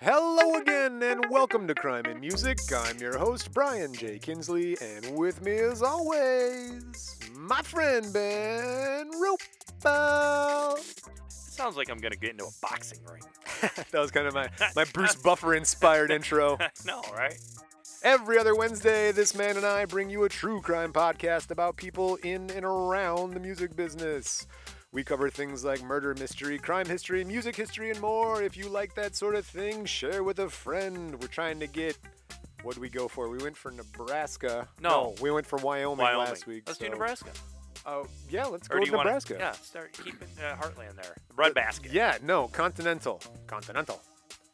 Hello again, and welcome to Crime and Music. I'm your host, Brian J. Kinsley, and with me, as always, my friend Ben Rupel. Sounds like I'm gonna get into a boxing ring. that was kind of my, my Bruce Buffer inspired intro. I know, right? Every other Wednesday, this man and I bring you a true crime podcast about people in and around the music business. We cover things like murder mystery, crime history, music history, and more. If you like that sort of thing, share with a friend. We're trying to get. What did we go for? We went for Nebraska. No. we went for Wyoming, Wyoming. last week. Let's so- do Nebraska. Oh, yeah, let's Or go do with you wanna- Nebraska. yeah, start keeping uh, Heartland there. The bread basket. Yeah, no, continental. Continental.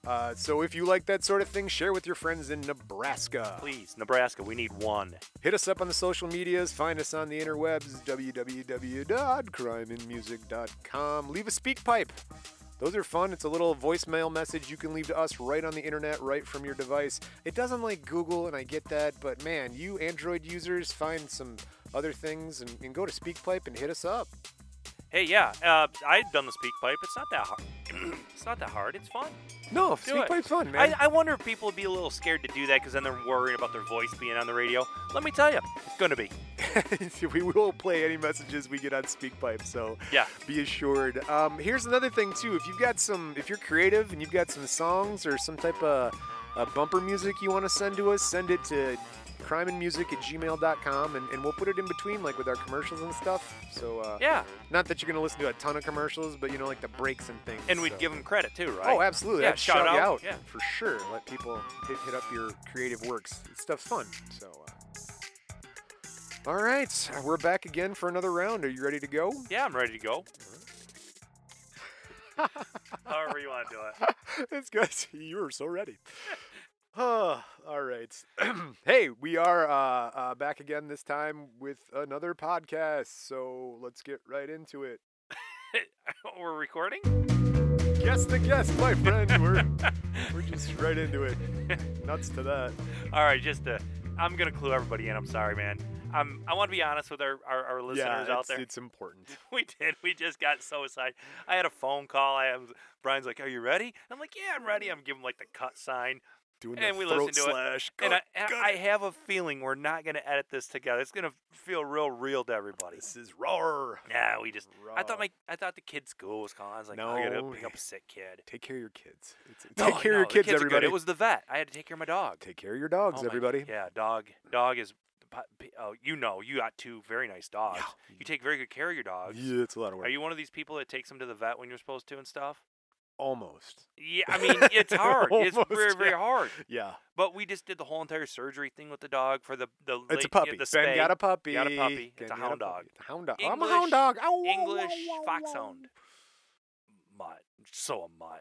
Uh, so if you like that sort of thing, share with your friends in Nebraska. Please, Nebraska, we need one. Hit us up on the social medias. Find us on the interwebs, www.crimeandmusic.com. Leave a speak pipe. Those are fun. It's a little voicemail message you can leave to us right on the internet, right from your device. It doesn't like Google, and I get that, but man, you Android users find some other things and, and go to SpeakPipe and hit us up. Hey, yeah, uh, I had done the speak pipe. It's not that hard. it's not that hard. It's fun. No, Do it. SpeakPipe's fun, man. I, I wonder if people would be a little scared to do that because then they're worrying about their voice being on the radio. Let me tell you, it's gonna be. we will play any messages we get on SpeakPipe, so Yeah. be assured. Um, here's another thing too. If you've got some, if you're creative and you've got some songs or some type of uh, bumper music you want to send to us, send it to crimeandmusic at gmail.com and, and we'll put it in between like with our commercials and stuff. So uh, Yeah, not that you're going to listen to a ton of commercials, but you know, like the breaks and things. and we'd so. give them credit too, right? Oh, absolutely. Yeah, I'd shout you out out, yeah. for sure. Let people hit, hit up your creative works. Stuff's fun. So, uh. all right, we're back again for another round. Are you ready to go? yeah, I'm ready to go. However you want to do it. it's good. You were so ready. Oh, all right. hey, we are uh, uh, back again this time with another podcast. So let's get right into it. We're recording? Guess the guest, my friend. We're we're just right into it. Nuts to that. All right, just to, I'm gonna clue everybody in. I'm sorry, man. I'm, I want to be honest with our, our, our listeners yeah, out it's, there. it's important. We did. We just got so excited. I had a phone call. I was, Brian's like, "Are you ready?" I'm like, "Yeah, I'm ready." I'm giving like the cut sign, Doing And the we throat listened to it, slash. and, I, cut, and cut I it. have a feeling we're not gonna edit this together. It's gonna feel real real to everybody. this is roar. Yeah, we just. I Raw. thought my I thought the kid's school was calling. I was like, "I gotta No. pick up a sick kid." Take care of your kids. It's, take care No, of no, your the kids, are good. everybody. It was the vet. I had to take care of my dog. take care of your dogs, Oh my- everybody. Yeah, dog. Dog is. po- p- Oh, you know, you got two very nice dogs. You take very good care of your dogs. yeah, it's a lot of work. Are you one of these people that takes them to the vet when you're supposed to and stuff? Almost. Yeah, I mean, it's hard. it's Almost, very, very yeah. hard. Yeah. But we just did the whole entire surgery thing with the dog for the the. It's late- a puppy. The ben spay. got a puppy. Got a puppy. Ben It's a got puppy. hound dog. Hound dog. I'm a English- hound dog. Ow, wow, wow, English wow, foxhound. Mutt. So a mutt.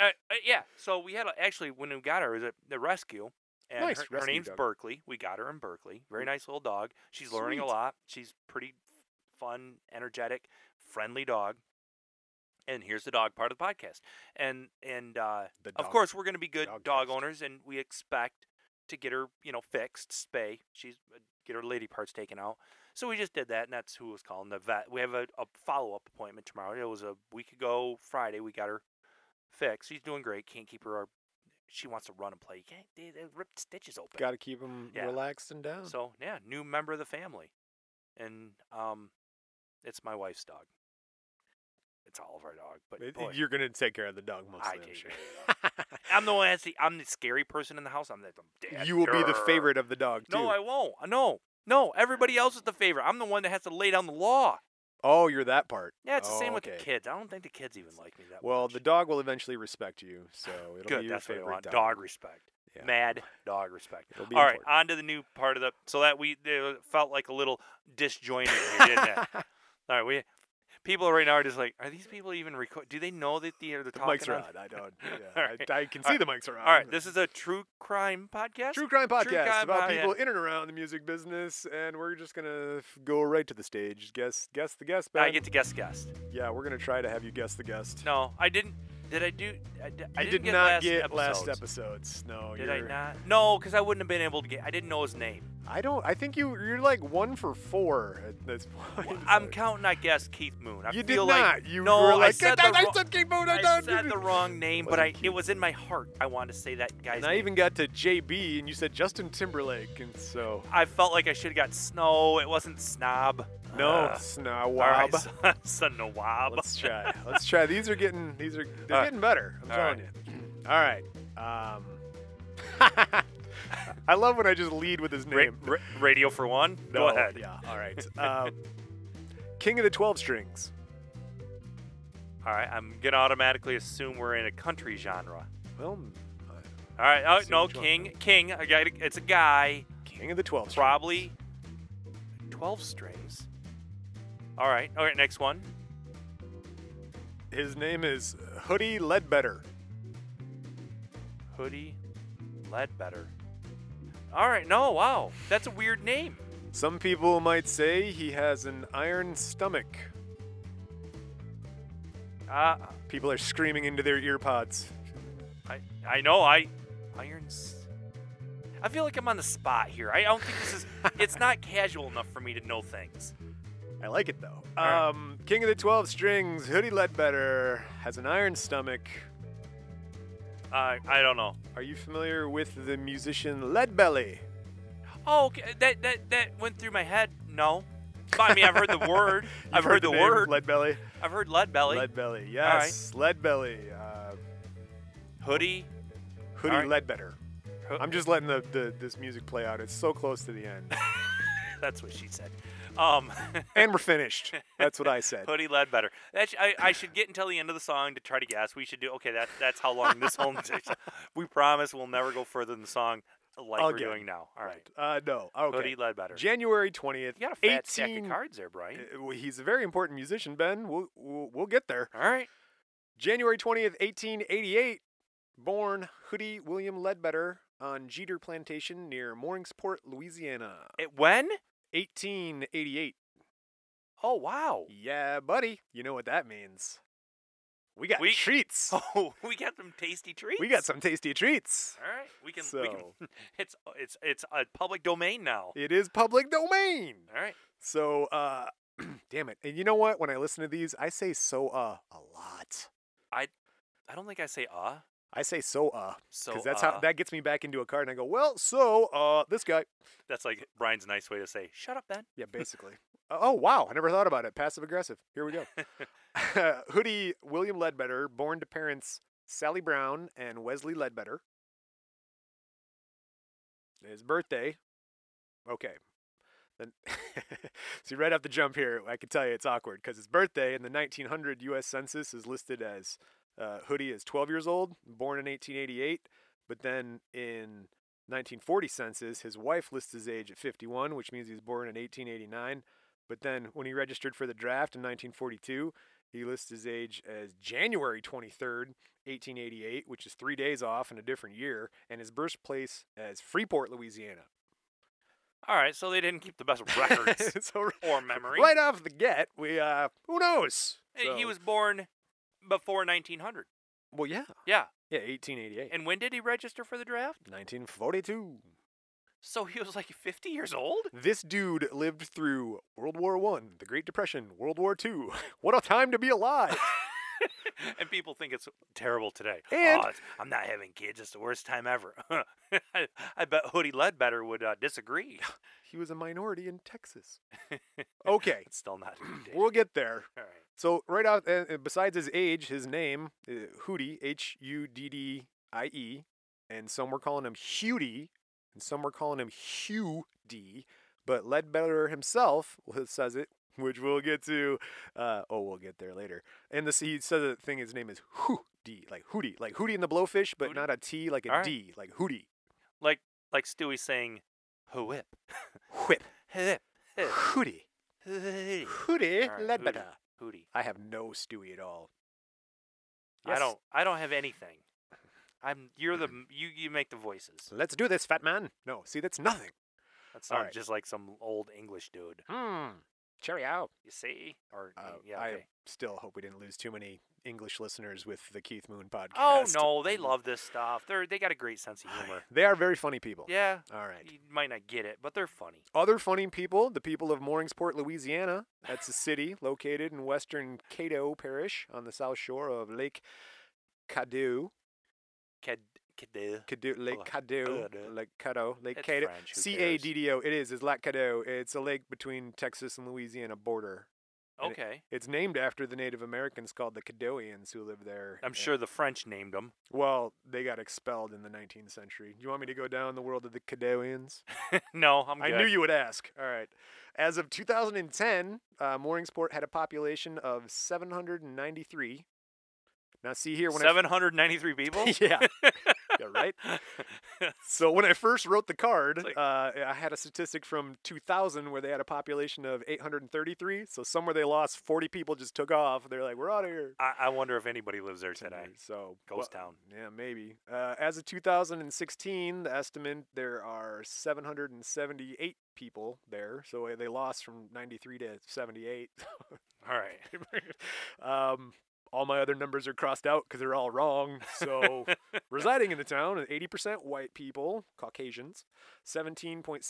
uh, uh, yeah. So we had a, actually when we got her, it was at the rescue. And Nice her, her rescue name's dog. Berkeley. We got her in Berkeley. Very nice little dog. She's learning a Sweet. lot. She's pretty fun, energetic, friendly dog. And here's the dog part of the podcast. And and uh, The of dog- course we're going to be good dog dog, test. owners, and we expect to get her, you know, fixed, spay. She's uh, get her lady parts taken out. So we just did that, and that's who was calling the vet. We have a, a follow up appointment tomorrow. It was a week ago Friday. We got her fixed. She's doing great. Can't keep her. uh, She wants to run and play. You can't they, they ripped stitches open. Got to keep them Yeah. relaxed and down. So yeah, new member of the family, and um, it's my wife's dog. It's all of our dog, but It- boy, you're gonna take care of the dog mostly. I I'm take sure. I'm the one that's the I'm the scary person in the house. I'm the I'm dad. you will be the Grr. favorite of the dog too. No, I won't. No, no. Everybody else is the favorite. I'm the one that has to lay down the law. oh, you're that part. Yeah, it's Oh, the same with okay. the kids. I don't think the kids even like me that Well, much. the dog will eventually respect you, so it'll be good. your That's what I favorite want. Dog, respect. Yeah. Mad dog respect. It'll be All right, important. on to the new part of the. So that we it felt like a little disjointed, here, didn't it? All right, we people right now are just like, are these people even record? Do they know that the, they're the talking? mics are on- on. I don't. Yeah, All right. I, I can All see right. the mics are on. All right, this is a true crime podcast. True crime podcast crime about pod- people in and around the music business, and we're just gonna f- go right to the stage. Guess, guess the guest. Ben. I get to guess guest. Yeah, we're gonna try to have you guess the guest. No, I didn't. Did I do? I, di- I you didn't did get not last get episodes. last episodes. No, Did you're, I not? No, because I wouldn't have been able to get. I didn't know his name. I don't. I think you you're like one for four at this point. I'm counting, I guess, Keith Moon. I you did feel not. like you no, were I like, "Get said, the, down, wro- I said King Bone, I I done." said the wrong name, but Wasn't I it Keith. was in my heart. I wanted to say that guy's And I name. even got to JB, and you said Justin Timberlake, and so I felt like I should have got Snow. It wasn't Snob. no, Uh, Snowab. Snowab. Let's try. Let's try. These are getting. These are. They're All right. getting better. I'm All telling you. All right. Um, I love when I just lead with his Ra- name. ra- radio for one. Go No, ahead. Yeah. All right. Um, King of the Twelve Strings. All right, I'm gonna automatically assume we're in a country genre. Well, All right, oh See no, which one. King, King. I got it's a guy. King of the Twelve Strings. Probably 12 strings. All right. All right, next one. His name is Hoodie Ledbetter. Hoodie Ledbetter. All right. No, wow. That's a weird name. Some people might say he has an iron stomach. Uh, People are screaming into their ear pods. I I know I irons I feel like I'm on the spot here. I don't think this is it's not casual enough for me to know things. I like it though. All right. Um, King of the Twelve Strings, Hoodie Ledbetter has an iron stomach. Uh, I don't know. Are you familiar with the musician Leadbelly? Oh, okay. that that that went through my head. No. But, I mean, I've heard the word. I've heard, the, name word. Leadbelly. I've heard lead belly. Leadbelly, All right. yes. Leadbelly, uh, Hoodie. Hoodie All right. Ledbetter. Ho- I'm just letting the, the this music play out. It's so close to the end, That's what she said. Um, and we're finished. That's what I said. Hoodie Ledbetter. That sh- I, I should get until the end of the song to try to guess. We should do okay. That that's how long this whole. we promise we'll never go further than the song like I'll we're get it. doing now. All right. Uh, no. Okay. Hoodie Ledbetter. January 20th. you got a fat 18. stack of cards there, Brian. Uh, well, He's a very important musician, Ben. We'll, we'll, we'll get there. All right. January 20th, 1888, born Hoodie William Ledbetter on Jeter Plantation near Morningsport, Louisiana. It, when? 1888. Oh wow. Yeah, buddy. You know what that means. We got We- treats. Oh, we got some tasty treats. We got some tasty treats. All right. We can. We can So it's it's it's a public domain now. it is public domain. All right. So, uh, damn it. And you know what? When I listen to these, I say so uh a lot. I don't think I say uh. I say so uh So because that's uh, how that gets me back into a car, and I go, well, so uh this guy. that's like Brian's nice way to say shut up, Ben. Yeah, basically. Uh, oh wow, I never thought about it. Passive aggressive. Here we go. Hoodie William Ledbetter, born to parents Sally Brown and Wesley Ledbetter. His birthday. Okay. Then see right off the jump here, I can tell you it's awkward because his birthday in the 1900 U.S. Census is listed as uh, Hoodie is 12 years old, born in 1888, but then in 1940 census, his wife lists his age at 51, which means he was born in 1889. But then when he registered for the draft in 1942, he lists his age as January 23rd, 1888, which is three days off in a different year, and his birthplace as Freeport, Louisiana. All right. So they didn't keep the best records so or memory. right off the get, we uh, who knows? Uh, He So- was born before 1900. well, yeah, Yeah. yeah, 1888, And when did he register for the draft? 1942. So he was like 50 years old? This dude lived through World War One, the Great Depression, World War Two. What a time to be alive! and people think it's terrible today. And- oh, it's- I'm not having kids. It's the worst time ever. I, I bet Hoodie Ledbetter would uh, disagree. he was a minority in Texas. Okay, It's still not. a good day. we'll get there. All right. So right off, uh, uh, besides his age, his name, uh, Hootie, H-U-D-D-I-E, E, and some were calling him Hudie, and some were calling him Hugh D. But Ledbetter himself well, says it, which we'll get to. Uh, oh, we'll get there later. And this he says the thing. His name is Hootie, like Hootie, like Hootie and the Blowfish, but Hootie. not a T, like a D, All right. like Hootie. Like like Stewie saying, whip, Whip, whip, whip, Hootie, Hootie. Hootie, All right, Ledbetter. Hootie. I have no Stewie at all. I Yes. don't. I don't have anything. I'm. You're the. m- You. You make the voices. Let's do this, fat man. No, see, that's nothing. That's All not right. just like some old English dude. Hmm. Cheerio. You see? Or Uh, yeah, I okay. still hope we didn't lose too many English listeners with the Keith Moon podcast. Oh no, they love this stuff. They're they got a great sense of humor. They are very funny people. Yeah, All right. you might not get it, but they're funny. Other funny people, the people of Morningsport, Louisiana. That's a city located in western Cato Parish on the south shore of Lake Cadou. Cad, cad, Cadou Lake Ugh. Cadou. Ugh, duh. Lake Caddo. Lake Oh, It's Cato. French, who C A cares? D D O. It is. It's Lake Caddo. It's a lake between Texas and Louisiana border. and it- Okay, It's named after the Native Americans called the Caddoians who lived there. I'm and- sure the French named them. Well, they got expelled in the 19th century. Do you want me to go down the world of the Caddoians? no, I'm I good. knew you would ask. All right. As of 2010, uh, Morningsport had a population of 793. Now, see here when Seven hundred ninety-three people. I. yeah. yeah. Right. So when I first wrote the card, It's like- uh, I had a statistic from 2000 where they had a population of 833. So somewhere they lost 40 people, just took off. They're like, we're out of here. I, I wonder if anybody lives there today. Tinder, So Ghost well, town. Yeah, maybe. Uh, as of 2016, the estimate there are 778 people there. So uh, they lost from 93 to 78. All right. um, all my other numbers are crossed out because they're all wrong. So residing in the town is 80% white people, Caucasians, 17.77%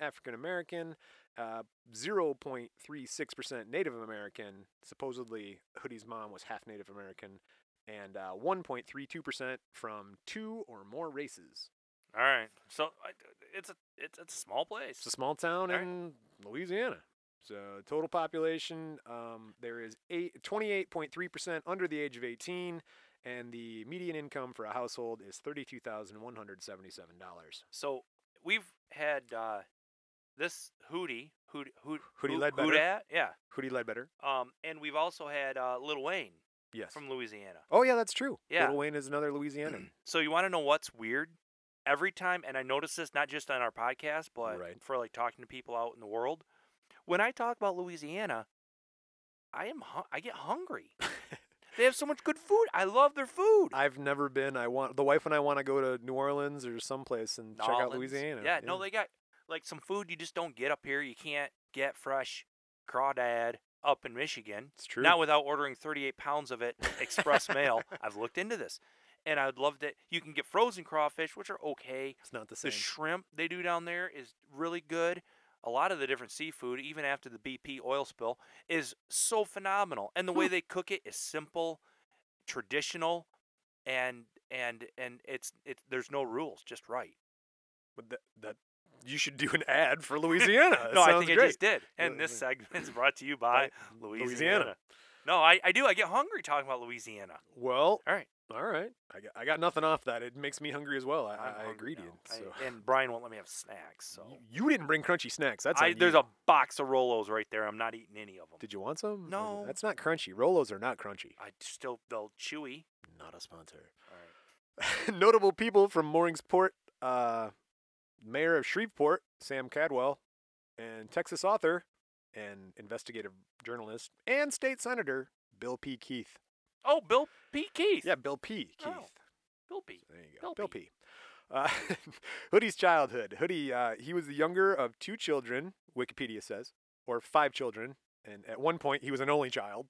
African American, uh, 0.36% Native American. Supposedly, Hoodie's mom was half Native American, and uh, 1.32% from two or more races. All right. So I- it's a it's, it's a small place. It's a small town All right. in Louisiana. So total population, um, there is eight, 28.3% under the age of 18, and the median income for a household is $32,177. So we've had uh, this Hootie, Hoot, Hoot, Hootie Hoot- Ledbetter? Hoodat, yeah. Hoodie Ledbetter? Um, and we've also had uh, Little Wayne Yes. from Louisiana. oh, yeah, that's true. Yeah. Little Wayne is another Louisianan. So you want to know what's weird? Every time, and I notice this not just on our podcast, but Right. for like talking to people out in the world. When I talk about Louisiana, I am hu- I get hungry. they have so much good food. I love their food. I've never been. I want the wife and I want to go to New Orleans or someplace and check out Nolans. Louisiana. Yeah, no, they got like some food you just don't get up here. You can't get fresh crawdad up in Michigan. it's true. Not without ordering 38 pounds of it express mail. I've looked into this, and I'd love that you can get frozen crawfish, which are okay. it's not the same. The shrimp they do down there is really good. A lot of the different seafood, even after the BP oil spill, is so phenomenal. And the way they cook it is simple, traditional, and and and it's it. There's no rules, just right. but that, that you should do an ad for Louisiana. That no, I sounds think I great. just did. And Yeah, this yeah. segment is brought to you by By Louisiana. No, I, I do. I get hungry talking about Louisiana. Well, All right. All right. I got, I got nothing off that. It makes me hungry as well. I, I'm I I hungry agree to now. you. I- So. and Brian won't let me have snacks. So You- you didn't bring crunchy snacks. That's on I, there's you. a box of Rolos right there. I'm not eating any of them. Did you want some? Uh, No. That's not crunchy. Rolos are not crunchy. I still they'll chewy. Not a sponsor. All right. Notable people from Morringsport, uh, Mayor of Shreveport, Sam Cadwell, and Texas author and investigative journalist and state senator Bill P. Keith. Oh, Bill P. Keith. Yeah, Bill P. Keith. Oh. Bill P. There you go. Bill Bill P. Uh, Hoodie's childhood. Hoodie, uh, he was the younger of two children, Wikipedia says, or five children. And at one point, he was an only child.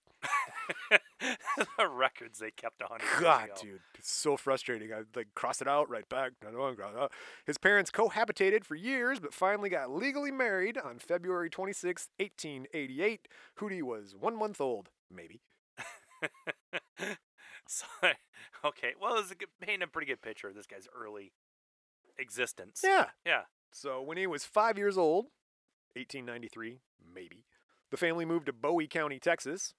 the records they kept a hundred. years God, ago. dude, it's so frustrating. I like cross it out, right back. no, no, cross it out. His parents cohabitated for years, but finally got legally married on February 26, 1888. Hootie was one month old, maybe. So, okay. Well, it's a good, painting a pretty good picture of this guy's early existence. Yeah. Yeah. So when he was five years old, 1893, maybe, the family moved to Bowie County, Texas.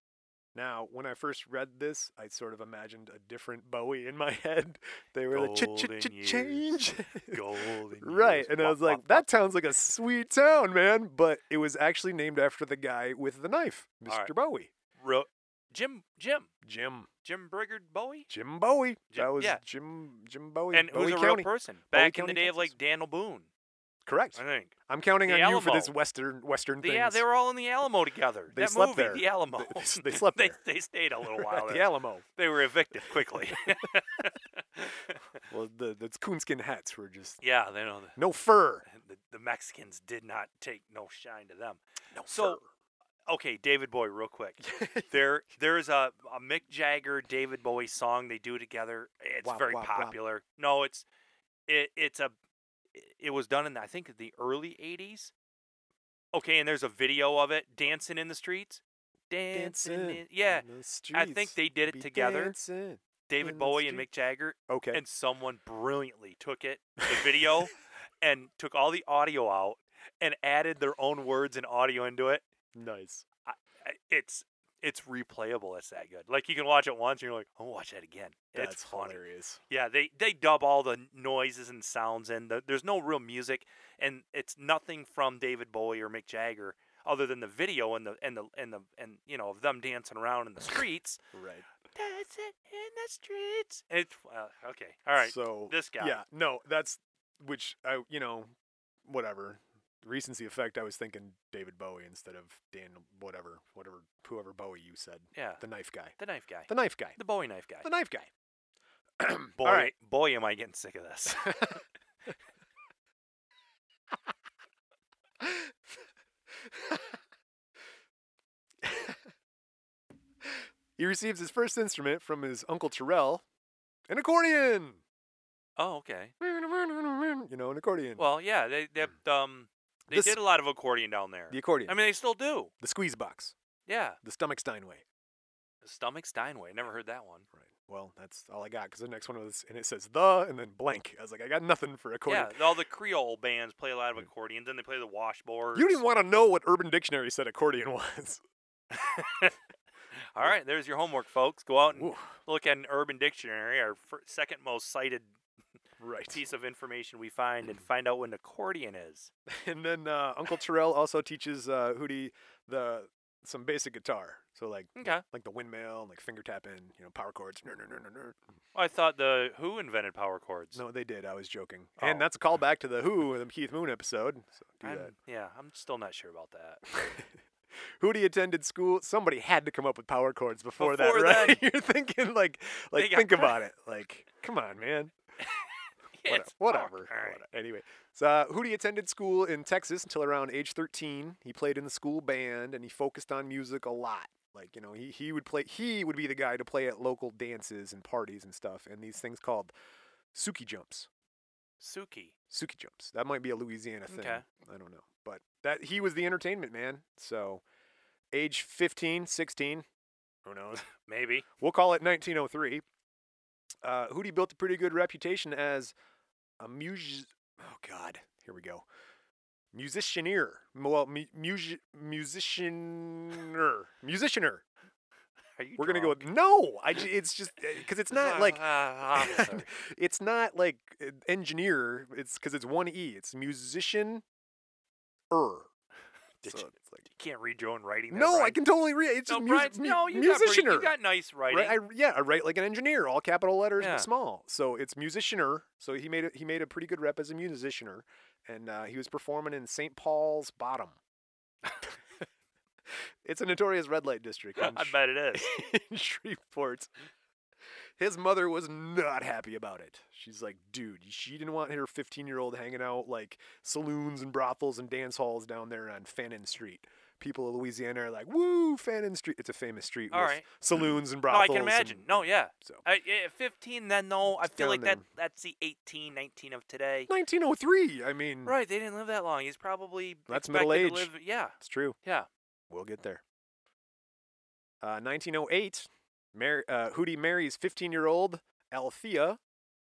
Now, when I first read this, I sort of imagined a different Bowie in my head. They were like, ch Golden ch years. change. Golden. right. years. And I Wah, was like, wah, wah. that sounds like a sweet town, man. But it was actually named after the guy with the knife, Mr. All right. Bowie. Ro- Jim. Jim. Jim. Jim Brigard Bowie. Jim Bowie. Jim- that was yeah. Jim Jim Bowie. And Bowie who's a County. real person? Back in County, the day of like Texas. Daniel Boone, Correct. I think. I'm counting The on you for Alamo. this Western Western The- thing. yeah, they were all in the Alamo together. They that slept movie, there. The Alamo. They- they slept they, there. they stayed a little while. the there. Alamo. They were evicted quickly. Well, the the coonskin hats were just yeah, they know the, no fur. the the Mexicans did not take no shine to them. No So, okay, David Bowie, real quick. there, there is a, a Mick Jagger David Bowie song they do together. It's Wop, very wop, wop. popular. No, it's it, it's a it was done in I think the early '80s. Okay, and there's a video of it dancing in the streets. Dancing, in, yeah. on the I think streets, they did it be together. dancing. in David the Bowie and street. Mick Jagger, Okay. and someone brilliantly took it, the video, and took all the audio out and added their own words and audio into it. nice. I- it's it's replayable. It's that good. Like you can watch it once, and you're like, oh, watch that again. That's it's funny. hilarious. Yeah, they they dub all the noises and sounds in. The, there's no real music, and it's nothing from David Bowie or Mick Jagger other than the video and the and the and the and you know of them dancing around in the streets. Right. dancing in the streets. It's uh, okay. All right. So this guy. Yeah. No, that's which I you know, whatever. Recency effect. I was thinking David Bowie instead of Dan whatever whatever whoever Bowie you said. yeah. The knife guy. The knife guy. The knife guy. The Bowie knife guy. The knife guy. Boy, All right. boy, am I getting sick of this. he receives his first instrument from his uncle Terrell, an accordion. oh, okay. You know, an accordion. Well, yeah, they they um they This- did a lot of accordion down there. the accordion. I mean, they still do. the squeeze box. Yeah, The stomach Steinway. Stomach Steinway. Never heard that one. Right. Well, that's all I got because the next one was, and it says the and then blank. I was like, I got nothing for accordion. Yeah, all the Creole bands play a lot of Mm. accordions, and they play the washboards. you didn't want to know what Urban Dictionary said accordion was. All right, there's your homework, folks. Go out and Ooh, look at an Urban Dictionary, our fir- second most cited right. piece of information we find, Hmm. and find out what an accordion is. and then uh, Uncle Terrell also teaches uh, Hootie the some basic guitar. So like Okay. like the windmill, and, like finger tapping, you know, power chords. Ner, ner, ner, ner, ner. I thought the Who invented power chords. No, they did. I was joking. Oh. And that's a callback to the Who, the Keith Moon episode. So do I'm- that. yeah, I'm still not sure about that. Hootie attended school. Somebody had to come up with power chords before, Before that, right? You're thinking like, like They got- think about it. Like, come on, man. Whata- It's power- whatever. all right. whata- Anyway, so uh, Hootie attended school in Texas until around age 13. He played in the school band and he focused on music a lot. Like you know, he he would play. He would be the guy to play at local dances and parties and stuff. And these things called Suki jumps. Suki. Suki jumps. That might be a Louisiana thing. Okay. I don't know. But that he was the entertainment man. So age 15, 16, who knows? Maybe. We'll call it 1903. Uh, Hootie built a pretty good reputation as a mus. Oh God, here we go. Musicianeer. Mu- Well, mu- mus- musicianer. Musicianer. Are you We're gonna go drunk? with no. I. ju- It's just because it's not like Ah, ah, officer. it's not like uh, engineer. It's because it's one e. It's musician. Er. Did you- it's like, can't read your own writing. there, no, Brian. I can totally read. It's No, just mus- Brian's- mu- no, you musicianer. Got, pretty- you got nice writing. Right, I, yeah, I write like an engineer, all capital letters Yeah. but small. So it's musicianer. So he made a, he made a pretty good rep as a musicianer, and uh, he was performing in St. Paul's Bottom. it's a notorious red light district in, I Sh- bet it is. in Shreveport. His mother was not happy about it. She's like, dude, she didn't want her 15 year old hanging out like saloons and brothels and dance halls down there on Fannin Street. People of Louisiana are like, woo, Fannin Street. It's a famous street All with right. saloons and No, brothels. I can imagine. and- No, yeah. So I, yeah, 15 then no. I It's feel down like that there. that's the 18, 19 of today. 1903. I mean, Right, they didn't live that long. He's probably Mm. That's expected middle to age. live- yeah. it's true. Yeah. We'll get there. Uh, 1908, Mar- uh, Hootie marries 15-year-old Althea.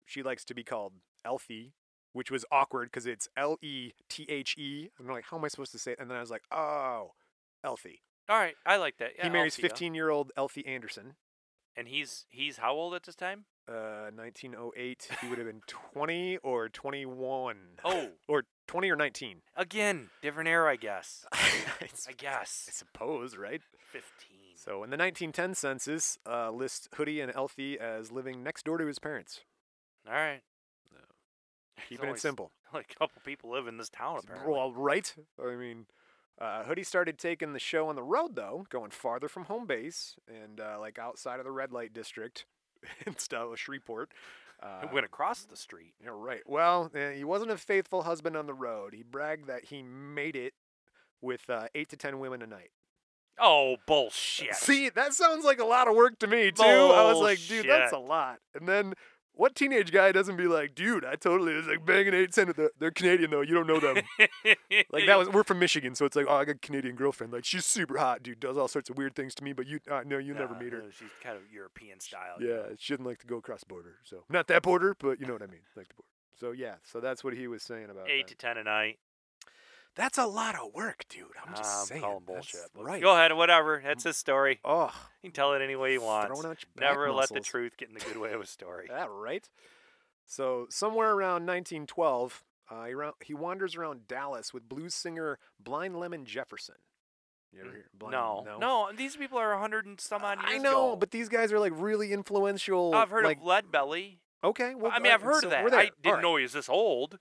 She likes to be called Elfie, which was awkward because it's L E T H E. I'm like, how am I supposed to say it? And then I was like, oh, Elfie. All right, I like that. Yeah, he marries Althea. 15-year-old Elfie Anderson. And he's he's how old at this time? Uh, 1908, he would have been 20 or 21. Oh, Or 20 or 19. again, different era, I guess. It's- I I guess. suppose, right? 15. So, in the 1910 census, uh, lists Hoodie and Elfie as living next door to his parents. All right. No. There's Keeping only it s- simple. Only a couple people live in this town, apparently. Well, right? I mean, uh, Hoodie started taking the show on the road, though, going farther from home base and uh, like outside of the red light district and stuff, Shreveport. Uh, it went across the street. yeah, right. Well, eh, he wasn't a faithful husband on the road. He bragged that he made it with uh, eight to ten women a night. Oh, bullshit. See, that sounds like a lot of work to me too. I was like, dude, that's a Bullshit. lot. And then what teenage guy doesn't be like, dude, I totally was like banging eight cent. They're, they're Canadian though. You don't know them. like that was. We're from Michigan, so it's like, oh, I got a Canadian girlfriend. Like she's super hot, dude. Does all sorts of weird things to me, but you, uh, no, you never Nah, meet her. no, she's kind of European style. you Yeah, know. she doesn't like to go across the border. So not that border, but you know what I mean, like the border. So yeah, so that's what he was saying about Eight that. to ten a night. That's a lot of work, dude. I'm just I'm saying. calling that's bullshit. but right. Go ahead, whatever. That's his story. Oh, You can tell it any way you want. throwing out your back Never let the muscles. truth get in the good way of a story. Yeah, right. So somewhere around 1912, uh, he, round, he wanders around Dallas with blues singer Blind Lemon Jefferson. You ever Mm, hear Blind? no, no. These people are a hundred and some odd years I know, ago. but these guys are like really influential. I've heard like, of Lead Belly. Okay, well, I mean, I've alright, heard so of that. we're there. I didn't Alright, know he was this old.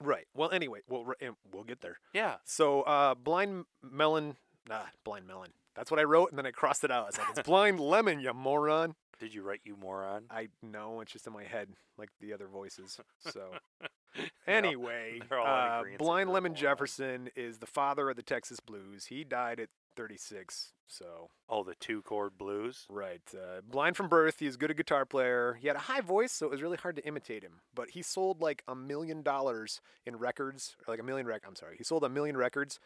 Right. Well, anyway, we'll re- and we'll get there. Yeah. So, uh, blind melon, nah, blind melon. That's what I wrote, and then I crossed it out. I was like, it's blind lemon, you moron. Did you write you moron? I know it's just in my head, like the other voices. So, anyway, they're all in uh, agreeance that blind you're a lemon moron. Jefferson is the father of the Texas blues. He died at 36. So, Oh, the two chord blues. right, uh, blind from birth. He's a good guitar player. He had a high voice, so it was really hard to imitate him. But he sold like a million dollars in records, or like a million rec. I'm sorry, he sold a million records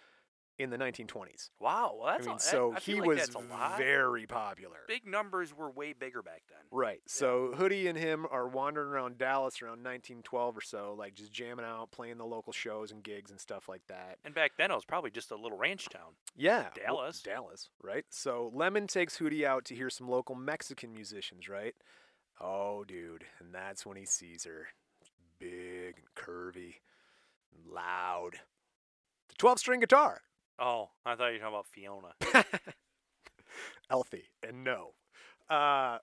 in the 1920s. Wow. Well, that's I mean, a, that- so I feel he like was that's a lot. very popular. Big numbers were way bigger back then. Right. So Hoodie and him are wandering around Dallas around 1912 or so, like just jamming out, playing the local shows and gigs and stuff like that. And back then, it was probably just a little ranch town. Yeah. well, Dallas. Dallas, right? So Lemon takes Hootie out to hear some local Mexican musicians, right? Oh, dude. And that's when he sees her. Big and curvy, and loud. The 12 string guitar. Oh, I thought you were talking about Fiona. healthy and no. Uh,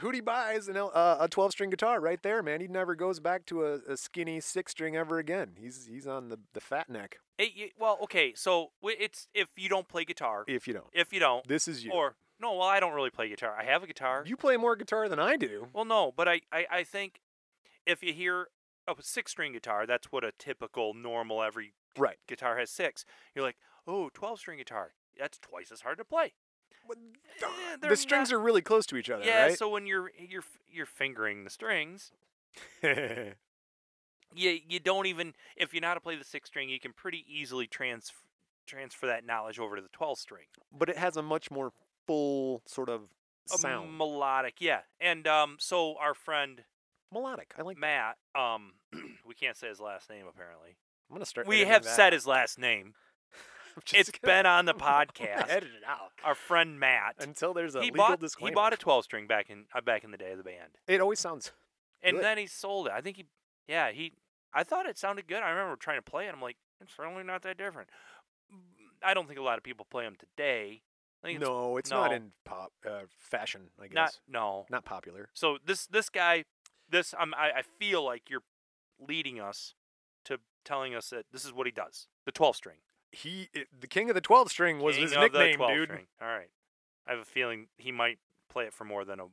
Hootie buys an, L- uh, a 12 string guitar right there, man. He never goes back to a, a skinny six string ever again. He's he's on the, the fat neck, It- you- well, okay. So w- it's if you don't play guitar, if you don't. if you don't, This is you. or no, well, I don't really play guitar. I have a guitar. you play more guitar than I do. Well, no, but I, I, I think if you hear a six string guitar, that's what a typical, normal, every Right. guitar has six. You're like, oh, 12 string guitar. That's twice as hard to play. What- Eh, they're The strings not- are really close to each other, yeah, right? so when you're you're you're fingering the strings, you you don't even if you know how to play the six string, you can pretty easily transfer transfer that knowledge over to the 12 string. but it has a much more full sort of A sound. melodic, yeah. And um so our friend Melodic. I like that. Matt, um we can't say his last name apparently. I'm going to start. We editing have that said out. his last name. I'm just It's gonna- been on the I'm gonna podcast. Edit it out. Our friend Matt. Until there's a he legal bought disclaimer. he bought a 12 string back in uh, back in the day of the band. It always sounds And Good. then he sold it. I think he, yeah, he. I thought it sounded good. I remember trying to play it. I'm like, it's really not that different. Mm, I don't think a lot of people play them today. I think it's no, it's not no. in pop uh, fashion. I guess not not, no. popular. So this this guy, this I'm, I I feel like you're leading us to telling us that this is what he does. The 12 string He, it, the king of the twelve string, was King his of the nickname, 12 dude. string. All right, I have a feeling he might play it for more than a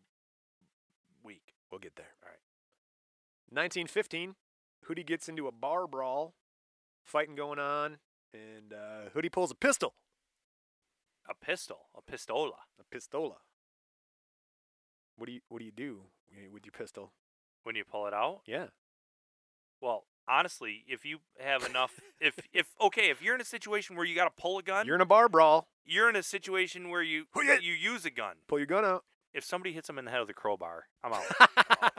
week. We'll get there. All right. 1915, Hootie gets into a bar brawl, fighting going on, and uh, Hootie pulls a pistol, A pistol, a pistola. a pistola. What do you What do you do with your pistol? When you pull it out, Yeah, Well, honestly, if you have enough, if if okay, if you're in a situation where you got to pull a gun, you're in a bar brawl. you're in a situation where you Who ya- you use a gun. Pull your gun out. If somebody hits him in the head with a crowbar, I'm out. I'm out.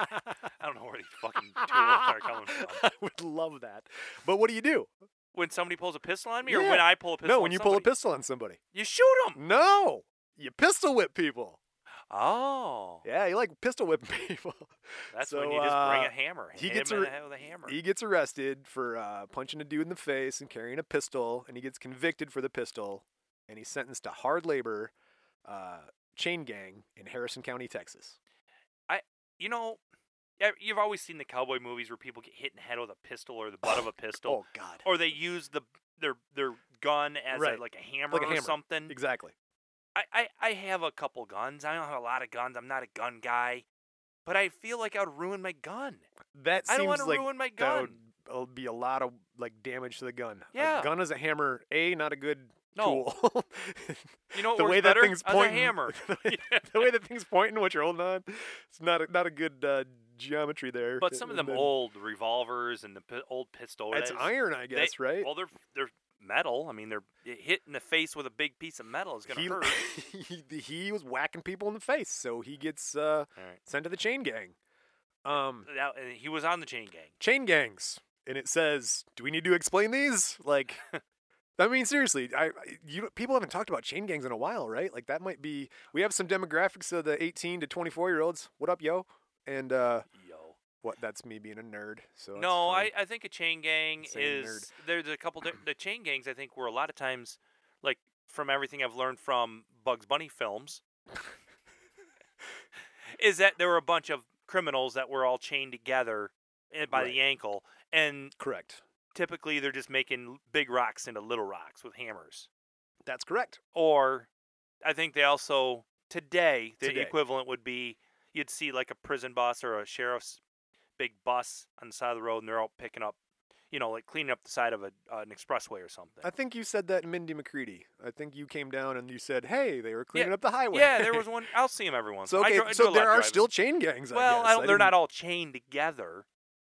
I don't know where these fucking tools are coming from. I would love that. But what do you do? When somebody pulls a pistol on me, or Yeah. when I pull a pistol, no, when on you pull a somebody, pistol Mm. on somebody. you shoot them. No, you pistol whip people. Oh, Yeah, you like pistol whipping people. that's So, when you just bring uh, a hammer. he hit gets him in ar- the head with a hammer. He gets arrested for uh, punching a dude in the face and carrying a pistol, and he gets convicted for the pistol, and he's sentenced to hard labor, uh, chain gang in Harrison County, Texas. you know. yeah, You've always seen the cowboy movies where people get hit in the head with a pistol or the butt of a pistol, Oh God! or they use the their their gun as Right. a, like a hammer a or hammer. something. Exactly. I, I, I have a couple guns. I don't have a lot of guns. I'm not a gun guy. But I feel like I would ruin my gun. That I seems don't want to like ruin my that gun. would uh, be a lot of like damage to the gun. Yeah. A gun as a hammer. A not a good No. tool. You know what the works way that better? thing's As pointing. a hammer. the way that thing's pointing, what you're holding on, it's not a, not a good uh, geometry there. But some of them And then- old revolvers and the pi- old pistol. It's that is- iron, I guess, right? Well, they're they're metal. I mean, they're it hit in the face with a big piece of metal is gonna he, hurt. he he was whacking people in the face, so he gets uh, Alright. sent to the chain gang. Um, Now, and he was on the chain gang. chain gangs, and it says, "Do we need to explain these?" Like, I mean, seriously, I I- you people haven't talked about chain gangs in a while, right? Like that might be. We have some demographics of the 18 to 24 year olds. What up, yo? And uh, Yo. what? That's me being a nerd. So it's No, fine. I, I think a chain gang Saying is nerd. there's a couple di- the chain gangs I think were a lot of times like from everything I've learned from Bugs Bunny films is that there were a bunch of criminals that were all chained together eh, by Right. the ankle and correct. typically they're just making l- big rocks into little rocks with hammers That's correct. or I think they also today the Today. equivalent would be you'd see like a prison bus or a sheriff's big bus on the side of the road, and they're out picking up, you know, like cleaning up the side of a, an expressway or something. I think you said that in Mindy McCready. I think you came down and you said, "Hey, they were cleaning up the highway." yeah, there was one. I'll see them every once. in a So while. I okay, dri- I do a so lot there of are driving. still chain gangs. well, I guess. I don't, they're didn't- not all chained together.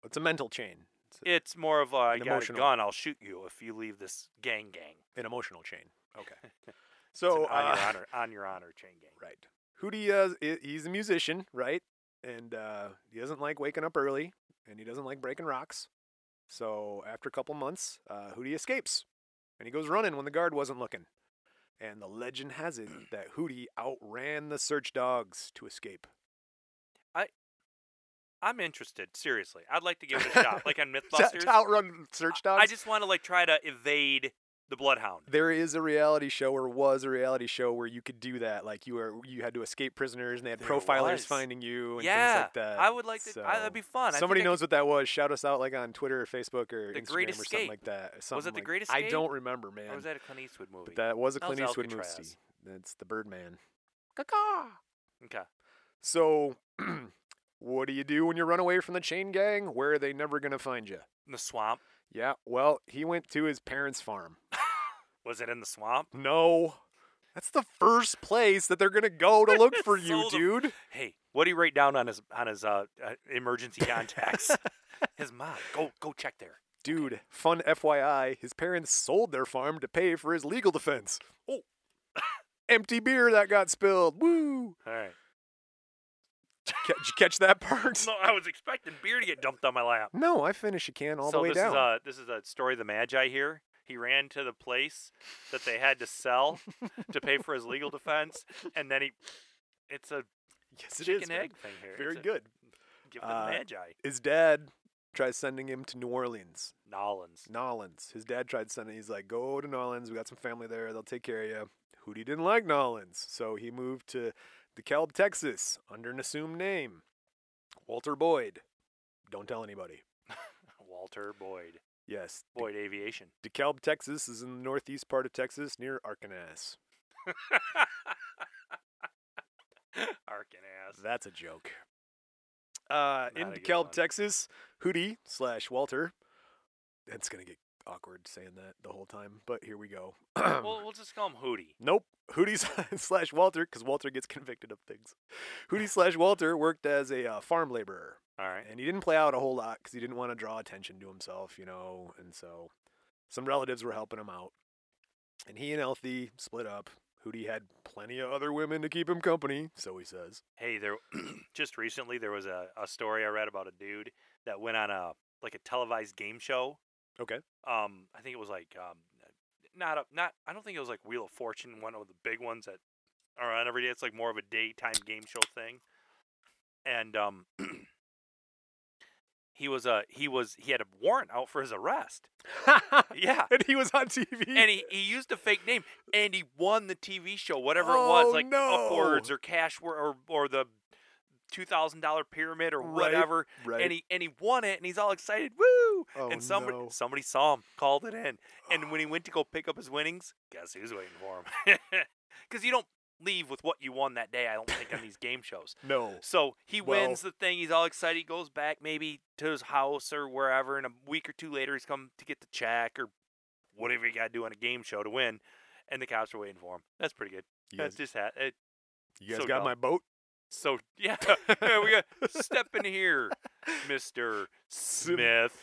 It's a mental chain. It's a- It's more of a, I An got emotional- a gun, I'll shoot you if you leave this gang gang. an emotional chain. Okay. It's So an on uh, your honor, on your honor, chain gang. right, Hootie uh, i- he's a musician, right? And uh, he doesn't like waking up early, and he doesn't like breaking rocks. So after a couple months, uh, Hootie escapes, and he goes running when the guard wasn't looking. And the legend has it that Hootie outran the search dogs to escape. I'm interested, seriously. I'd like to give it a shot, like on To, MythBusters. to outrun search dogs. I just want to like try to evade the bloodhound. there is a reality show or was a reality show where you could do that like you were you had to escape prisoners and they had There profilers was. finding you and things yeah, like that I would like to. I, So, that'd be fun. I somebody think I knows what that was shout us out like on twitter or facebook or The instagram Great or something Escape. like that something it The like- Great i Escape? don't remember man could- Or was that a Clint Eastwood movie? but that was a That was clint eastwood movie Alcatraz. that's the birdman Caw-caw. okay. so what do you do when you run away from the chain gang where are they never gonna find you In the swamp. yeah well he went to his parents farm Was it in the swamp? No. That's the first place that they're gonna go to look for you, Sold 'em. dude. Hey, what did he write down on his on his uh, uh, emergency contacts? his mom. Go go check there. Dude, fun FYI, his parents sold their farm to pay for his legal defense. Oh. Empty beer that got spilled. Woo! All right. Ca- Did you catch that part? No, I was expecting beer to get dumped on my lap. No, I finished a can all so the way this down. is uh, a this is a story of the Magi here. He ran to the place that they had to sell to pay for his legal defense, and then he. It's a yes, it chicken is. man. egg thing here. Very It's a- good. Give them Uh, Magi. His dad tries sending him to New Orleans. Nollins. Nolans. His dad tried sending. He's like, go to Nolans. We got some family there. They'll take care of you. Hootie didn't like Nolans, so he moved to DeKalb, Texas, under an assumed name, Walter Boyd. Don't tell anybody. Walter Boyd. Yes, De- Boyd Aviation. DeKalb, Texas, is in the northeast part of Texas, near Arkansas. Arkansas. That's a joke. Uh, in Not a good DeKalb, one. Texas, Hootie slash Walter. It's gonna get awkward saying that the whole time, but here we go. We'll, we'll just call him Hootie. Nope. Hootie slash Walter, because Walter gets convicted of things. Hootie slash Walter worked as a uh, farm laborer, All right. and he didn't play out a whole lot because he didn't want to draw attention to himself, you know. And so, some relatives were helping him out, and he and Elfie split up. Hootie had plenty of other women to keep him company, so he says. Hey, there. just recently, there was a, a story I read about a dude that went on a like a televised game show. Okay. Um, I think it was like um, not a not. I don't think it was like Wheel of Fortune, one of the big ones that are on every day. It's like more of a daytime game show thing. And um, he was a he was he had a warrant out for his arrest. Yeah. and he was on TV. and he, he used a fake name and he won the TV show, whatever it was, Oh, like no. upwards or cash wor- or or the two thousand dollar pyramid or Right, whatever. right. And he and he won it and he's all excited, woo! oh, and somebody no. somebody saw him, called it in, and when he went to go pick up his winnings, guess who's waiting for him? Because you don't leave with what you won that day. I don't think on these game shows. no. So he Well- wins the thing. He's all excited. He goes back maybe to his house or wherever, and a week or two later, he's come to get the check or whatever you got to do on a game show to win. and the cops are waiting for him. That's pretty good. You That's guys, just that. It, you guys so got dumb. my boat? so yeah, yeah, we got step in here, Mister Sim- Smith.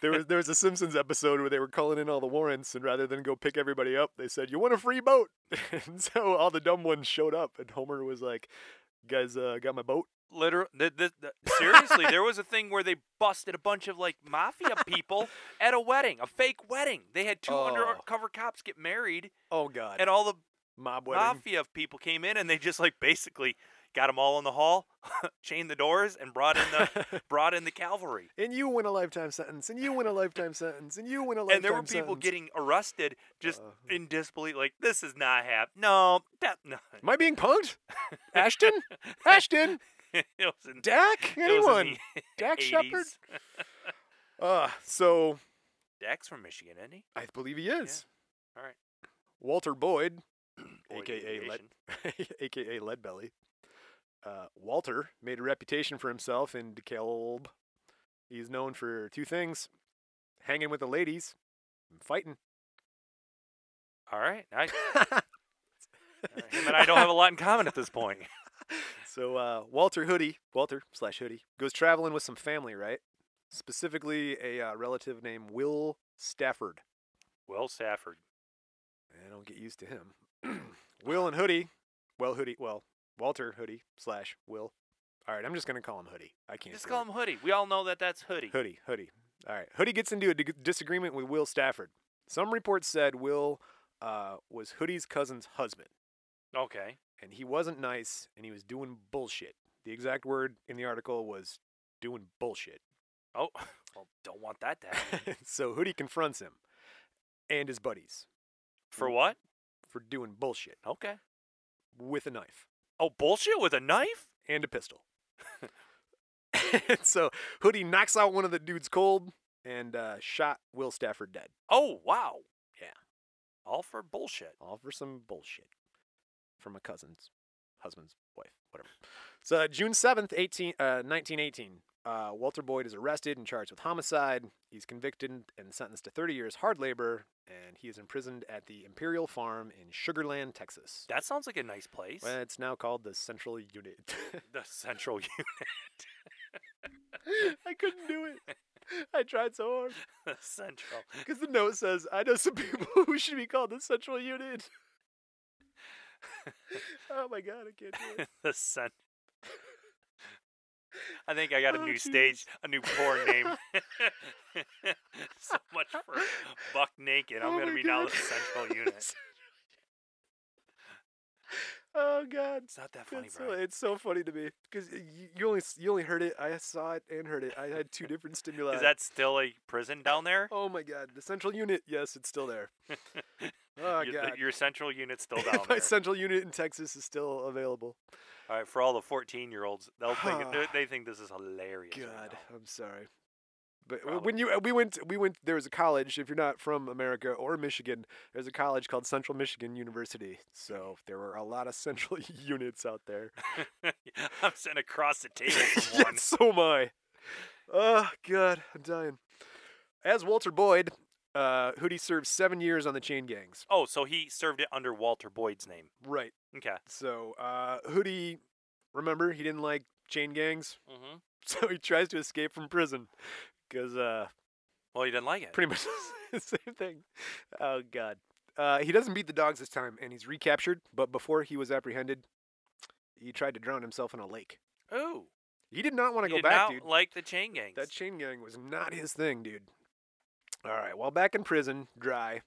there was there was a Simpsons episode where they were calling in all the warrants, and rather than go pick everybody up, they said, "You want a free boat?" and so all the dumb ones showed up, and Homer was like, "Guys, uh, got my boat?" Literally, seriously, there was a thing where they busted a bunch of like mafia people at a wedding, a fake wedding. They had two Oh. undercover cops get married, Oh God, and all the mob wedding. mafia people came in, and they just like basically got them all in the hall, chained the doors, and brought in the brought in the cavalry. and you win a lifetime sentence, and you win a lifetime sentence, and you win a lifetime. And there were people sentence. getting arrested just Uh, in disbelief, like this is not happening. No, that no. Am I being punked? Ashton, Ashton, it was in, Dak, it was in anyone? Dak the Shepard. 80s. Uh, so Dak's from Michigan, isn't he? I believe he is. All right. Walter Boyd, Boy, AKA let- aviation. aka Leadbelly. Uh, Walter made a reputation for himself in DeKalb. He's known for two things: hanging with the ladies, and fighting. All right. I, Uh, him and I don't have a lot in common at this point. so uh, Walter Hoodie, Walter slash Hoodie, goes traveling with some family, right? Specifically, a uh, relative named Will Stafford. Will Safford. I don't get used to him. Will and Hoodie, well Hoodie, well Walter Hoodie slash Will. All right, I'm just gonna call him Hoodie. I can't. Just do it. call him Hoodie. We all know that that's Hoodie. Hoodie, hoodie. All right. Hoodie gets into a dig- disagreement with Will Stafford. Some reports said Will uh, was Hoodie's cousin's husband, Okay. and he wasn't nice, and he was doing bullshit. The exact word in the article was doing bullshit. Oh, well, don't want that to happen. so Hoodie confronts him and his buddies For what? for doing bullshit Okay. with a knife Oh, bullshit with a knife? and a pistol. so Hoodie knocks out one of the dudes cold and uh, shot Will Stafford dead. Oh, wow. Yeah. All for bullshit. all for some bullshit from a cousin's husband's wife, whatever. So uh, June seventh, eighteen, uh, nineteen eighteen, uh, Walter Boyd is arrested and charged with homicide. He's convicted and sentenced to thirty years hard labor, and he is imprisoned at the Imperial Farm in Sugarland, Texas. That sounds like a nice place. Well, it's now called the Central Unit. the central unit. I couldn't do it. I tried so hard The central. because the note says I know some people who should be called the Central Unit. oh my god, I can't do it. The cent. I think I got a Oh, new Jesus. stage, a new porn name. so much for buck naked. I'm Oh gonna my be now God. the central unit. oh god, It's not that funny, it's so, Brian. it's so funny to me because you, you only s- you only heard it. I saw it and heard it. I had two different stimuli. Is that still a prison down there? Oh my god, the central unit. Yes, it's still there. Oh your, god, the- your central unit's still down my there. central unit in Texas is still available. all right, for all the 14 year olds, they'll think they- they think this is hilarious. right God, now. I'm sorry. But w- Problem. when you uh, we went we went there was a college if you're not from America or Michigan there's a college called Central Michigan University so there were a lot of central units out there I'm sitting across the table from yes, so am I. Oh God, I'm dying. As Walter Boyd, uh, Hootie served seven years on the chain gangs. one. Oh, so he served it under Walter Boyd's name. Right. Okay. So uh, Hootie, remember he didn't like chain gangs, Mm-hmm. so he tries to escape from prison because uh, Well, he didn't like it. pretty much the same thing. Oh God. Uh, he doesn't beat the dogs this time, and he's recaptured. But before he was apprehended, he tried to drown himself in a lake. Ooh. He did not want He to go did back, not dude. like the chain gangs. That chain gang was not his thing, dude. All right, while back in prison, dry,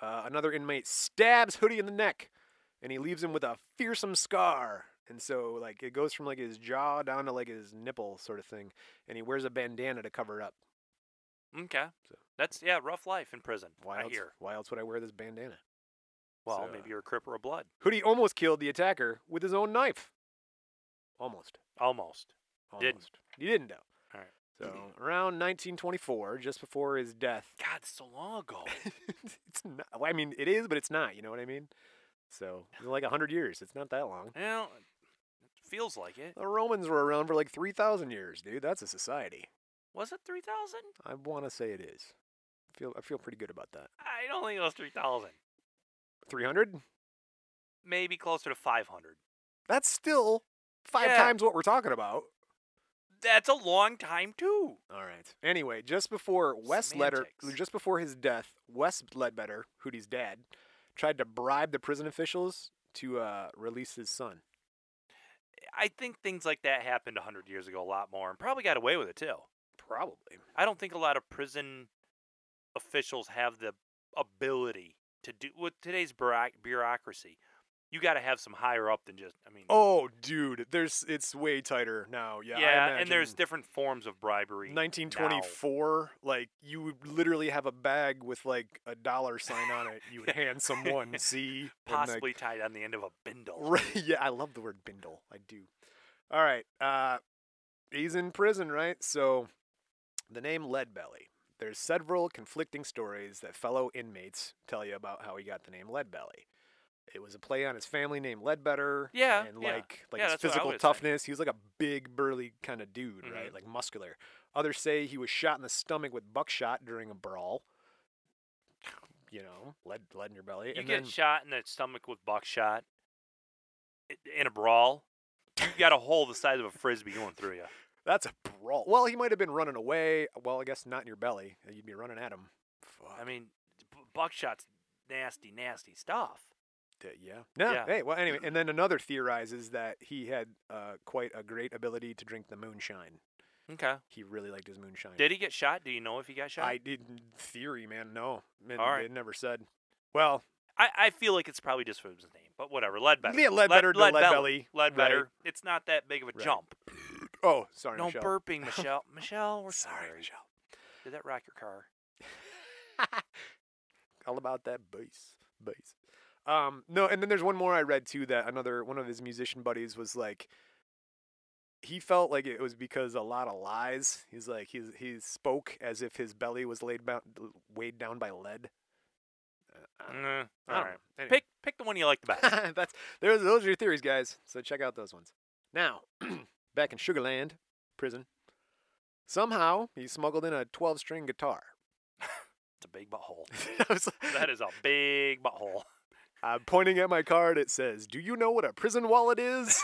uh, another inmate stabs Hoodie in the neck, and he leaves him with a fearsome scar. And so, like, it goes from like his jaw down to like his nipple, sort of thing. And he wears a bandana to cover it up. okay. So- That's yeah, rough life in prison. Why I else? hear. Why else would I wear this bandana? Well, So- maybe you're a cripple of blood. Hoodie almost killed the attacker with his own knife. Almost. Almost. Almost. Didn't. He didn't though. All right. So around 1924, just before his death, God, so long ago. it's not. Well, I mean, it is, but it's not. You know what I mean? So it's like hundred years. It's not that long. well, it feels like it. The Romans were around for like three thousand years, dude. That's a society. Was it 3,000? I want to say it is. I feel I feel pretty good about that. I don't think it was 3,000. 300? maybe closer to 500. That's still five Yeah. times what we're talking about. That's a long time too. All right. Anyway, just before Wes Letter, Semantics. just before his death, Wes Ledbetter, Hootie's dad, tried to bribe the prison officials to uh, release his son. I think things like that happened 100 years ago a lot more and probably got away with it too. Probably. I don't think a lot of prison officials have the ability to do with today's bureauc- bureaucracy. You got to have some higher up than just I mean Oh, dude, there's it's way tighter now. Yeah. I and there's imagine different forms of bribery. 1924. Like you would literally have a bag with like a dollar sign on it. You would hand someone see and, like, possibly tied on the end of a bindle. Right. Yeah, I love the word bindle. I do. All right. Uh, he's in prison, right? So the name Leadbelly. There's several conflicting stories that fellow inmates tell you about how he got the name Leadbelly. It was a play on his family name Leadbetter. Yeah, And yeah. like like Yeah, his that's what I Mm-hmm. physical would've said. toughness. He was like a big burly kind of dude, right? Like muscular. Others say he was shot in the stomach with buckshot during a brawl. You know, lead lead in your belly. You and get then, shot in the stomach with buckshot i- in a brawl. You got a hole the size of a frisbee going through you. That's a brawl. Well, he might have been running away. Well, I guess not in your belly. You'd be running at him. Fuck. I mean, b- buckshot's nasty, nasty stuff. D- yeah. No. yeah. Hey. Well, anyway, and then another theorizes that he had uh, quite a great ability to drink the moonshine. Okay. He really liked his moonshine. Did he get shot? Do you know if he got shot? I didn't theory, man. No. Man, All right. It never said. Well, I, I feel like it's probably just for his name, but whatever. Leadbetter. Yeah, Ledbetter to Leadbelly, Leadbelly. Leadbetter. right. It's not that big of a Right. jump. oh, sorry, no Michelle. burping, Michelle. Michelle, we're Sorry, sorry. Michelle. Did that rock your car? All about that bass, bass. Um, no, and then there's one more I read too that another one of his musician buddies was like, he felt like it was because a lot of lies. He's like he he spoke as if his belly was laid bound, weighed down by lead. Uh, I don't- Mm, I all don't right. know. Anyway. Pick pick the one you like the best. That's there's those are your theories, guys. So check out those ones. Now, back in Sugarland prison, somehow he smuggled in a 12-string guitar. It's a big butthole. I was like- That is a big butthole. I'm pointing at my card. It says, "Do you know what a prison wallet is?"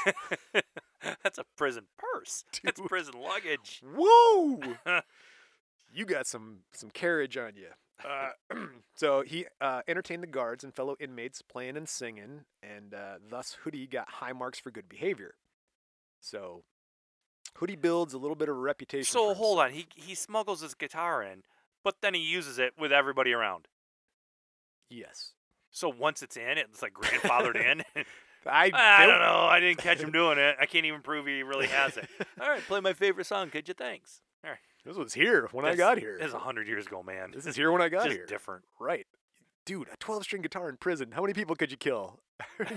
That's a prison purse. That's Dude. prison luggage. Whoa! you got some some carriage on you. Uh, so he uh, entertained the guards and fellow inmates playing and singing, and uh, thus Hoodie got high marks for good behavior. So Hoodie builds a little bit of a reputation. So hold on, he he smuggles his guitar in, but then he uses it with everybody around. Yes, So once it's in, it's like grandfathered in. I, Ah, I don't- don't know. I didn't catch him doing it. I can't even prove he really has it. All right, play my favorite song. Could you? Thanks. All right. This was here when I That's- got here. This is hundred years ago, man. This is here when I got just here. different. Right. Dude, a 12 string guitar in prison. How many people could you kill?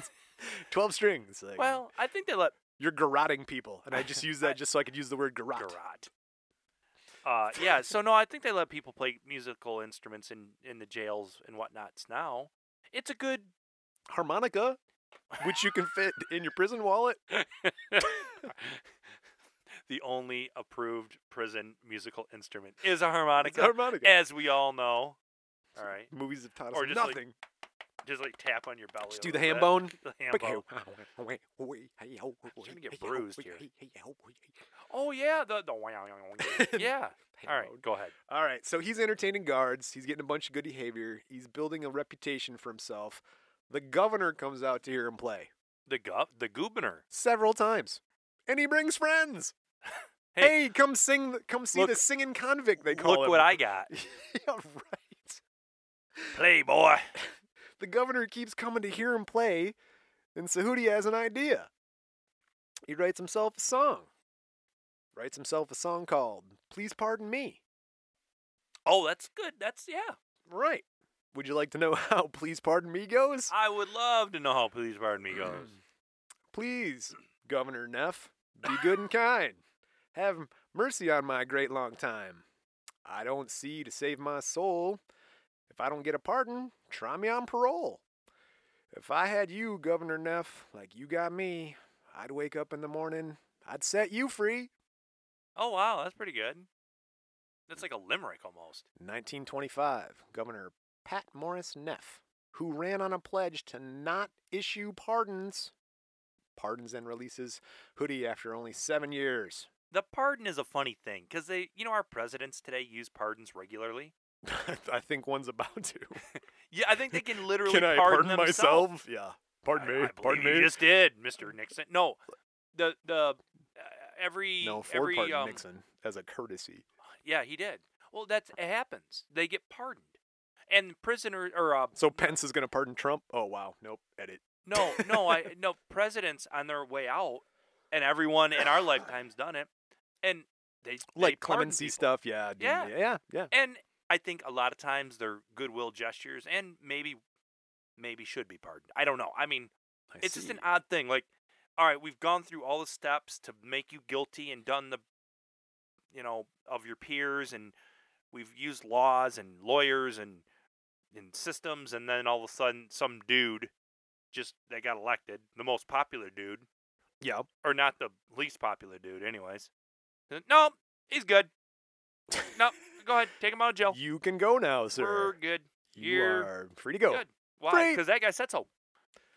12 strings. Like, Well, I think they let you're garroting people. And I just use I- that just so I could use the word garrot. garrot. Uh, yeah. So no, I think they let people play musical instruments in in the jails and whatnots now. It's a good Harmonica, which you can fit in your prison wallet. the only approved prison musical instrument is a It's harmonica, a harmonica. as we all know. All right, Movies have taught us Or just, like, nothing. just like tap on your belly. just do a the little ham bit. bone. The ham bone. Trying gonna get bruised here. Oh yeah, the the wow, wow, wow, wow. yeah. All right, go ahead. All right, so he's entertaining guards. He's getting a bunch of good behavior. He's building a reputation for himself. The governor comes out to hear him play The gov, the governor. several times, and he brings friends. Hey. Hey, come sing, th- come see the Look- singing convict. They call Look him. what I got, yeah, right. playboy. The governor keeps coming to hear him play, and Cejudo has an idea. He writes himself a song. Writes himself a song called "Please Pardon Me." Oh, that's good. That's yeah. Right. Would you like to know how "Please Pardon Me" goes? I would love to know how Please Pardon Me goes. Please, Governor Neff, be good and kind. Have mercy on my great long time. I don't see you to save my soul. If I don't get a pardon, try me on parole. If I had you, Governor Neff, like you got me, I'd wake up in the morning, I'd set you free. Oh wow, that's pretty good. That's like a limerick almost. 1925, Governor Pat Morris Neff, who ran on a pledge to not issue pardons. Pardons and releases Hoodie after only seven years. The pardon is a funny thing because they, you know, our presidents today use pardons regularly. I think one's about to. Yeah, I think they can literally Can I pardon, pardon, themselves. myself? Yeah. Pardon I- me. I believe pardon you me. just did, Mr. Nixon. No, the the uh, every no, Ford every pardoned um, Nixon as a courtesy. yeah, he did. Well, that's it happens. They get pardoned, and prisoner or uh, So Pence is going to pardon Trump? Oh, wow. Nope. Edit. no, no, I no presidents on their way out, and everyone in our lifetimes done it, and they they Like pardon clemency people. stuff. Yeah, dude, Yeah. Yeah. Yeah. and I think a lot of times they're goodwill gestures, and maybe maybe should be pardoned. I don't know. I mean, I it's just see. an odd thing. Like, all right, we've gone through all the steps to make you guilty and done the, you know, of your peers, and we've used laws and lawyers and and systems, and then all of a sudden, some dude just they got elected, the most popular dude, Yeah. or not the least popular dude, anyways. No, he's good. No, go ahead, take him out of jail. You can go now, We're sir. good. You you're are free to go. good. Why? Free. Because that guy said so.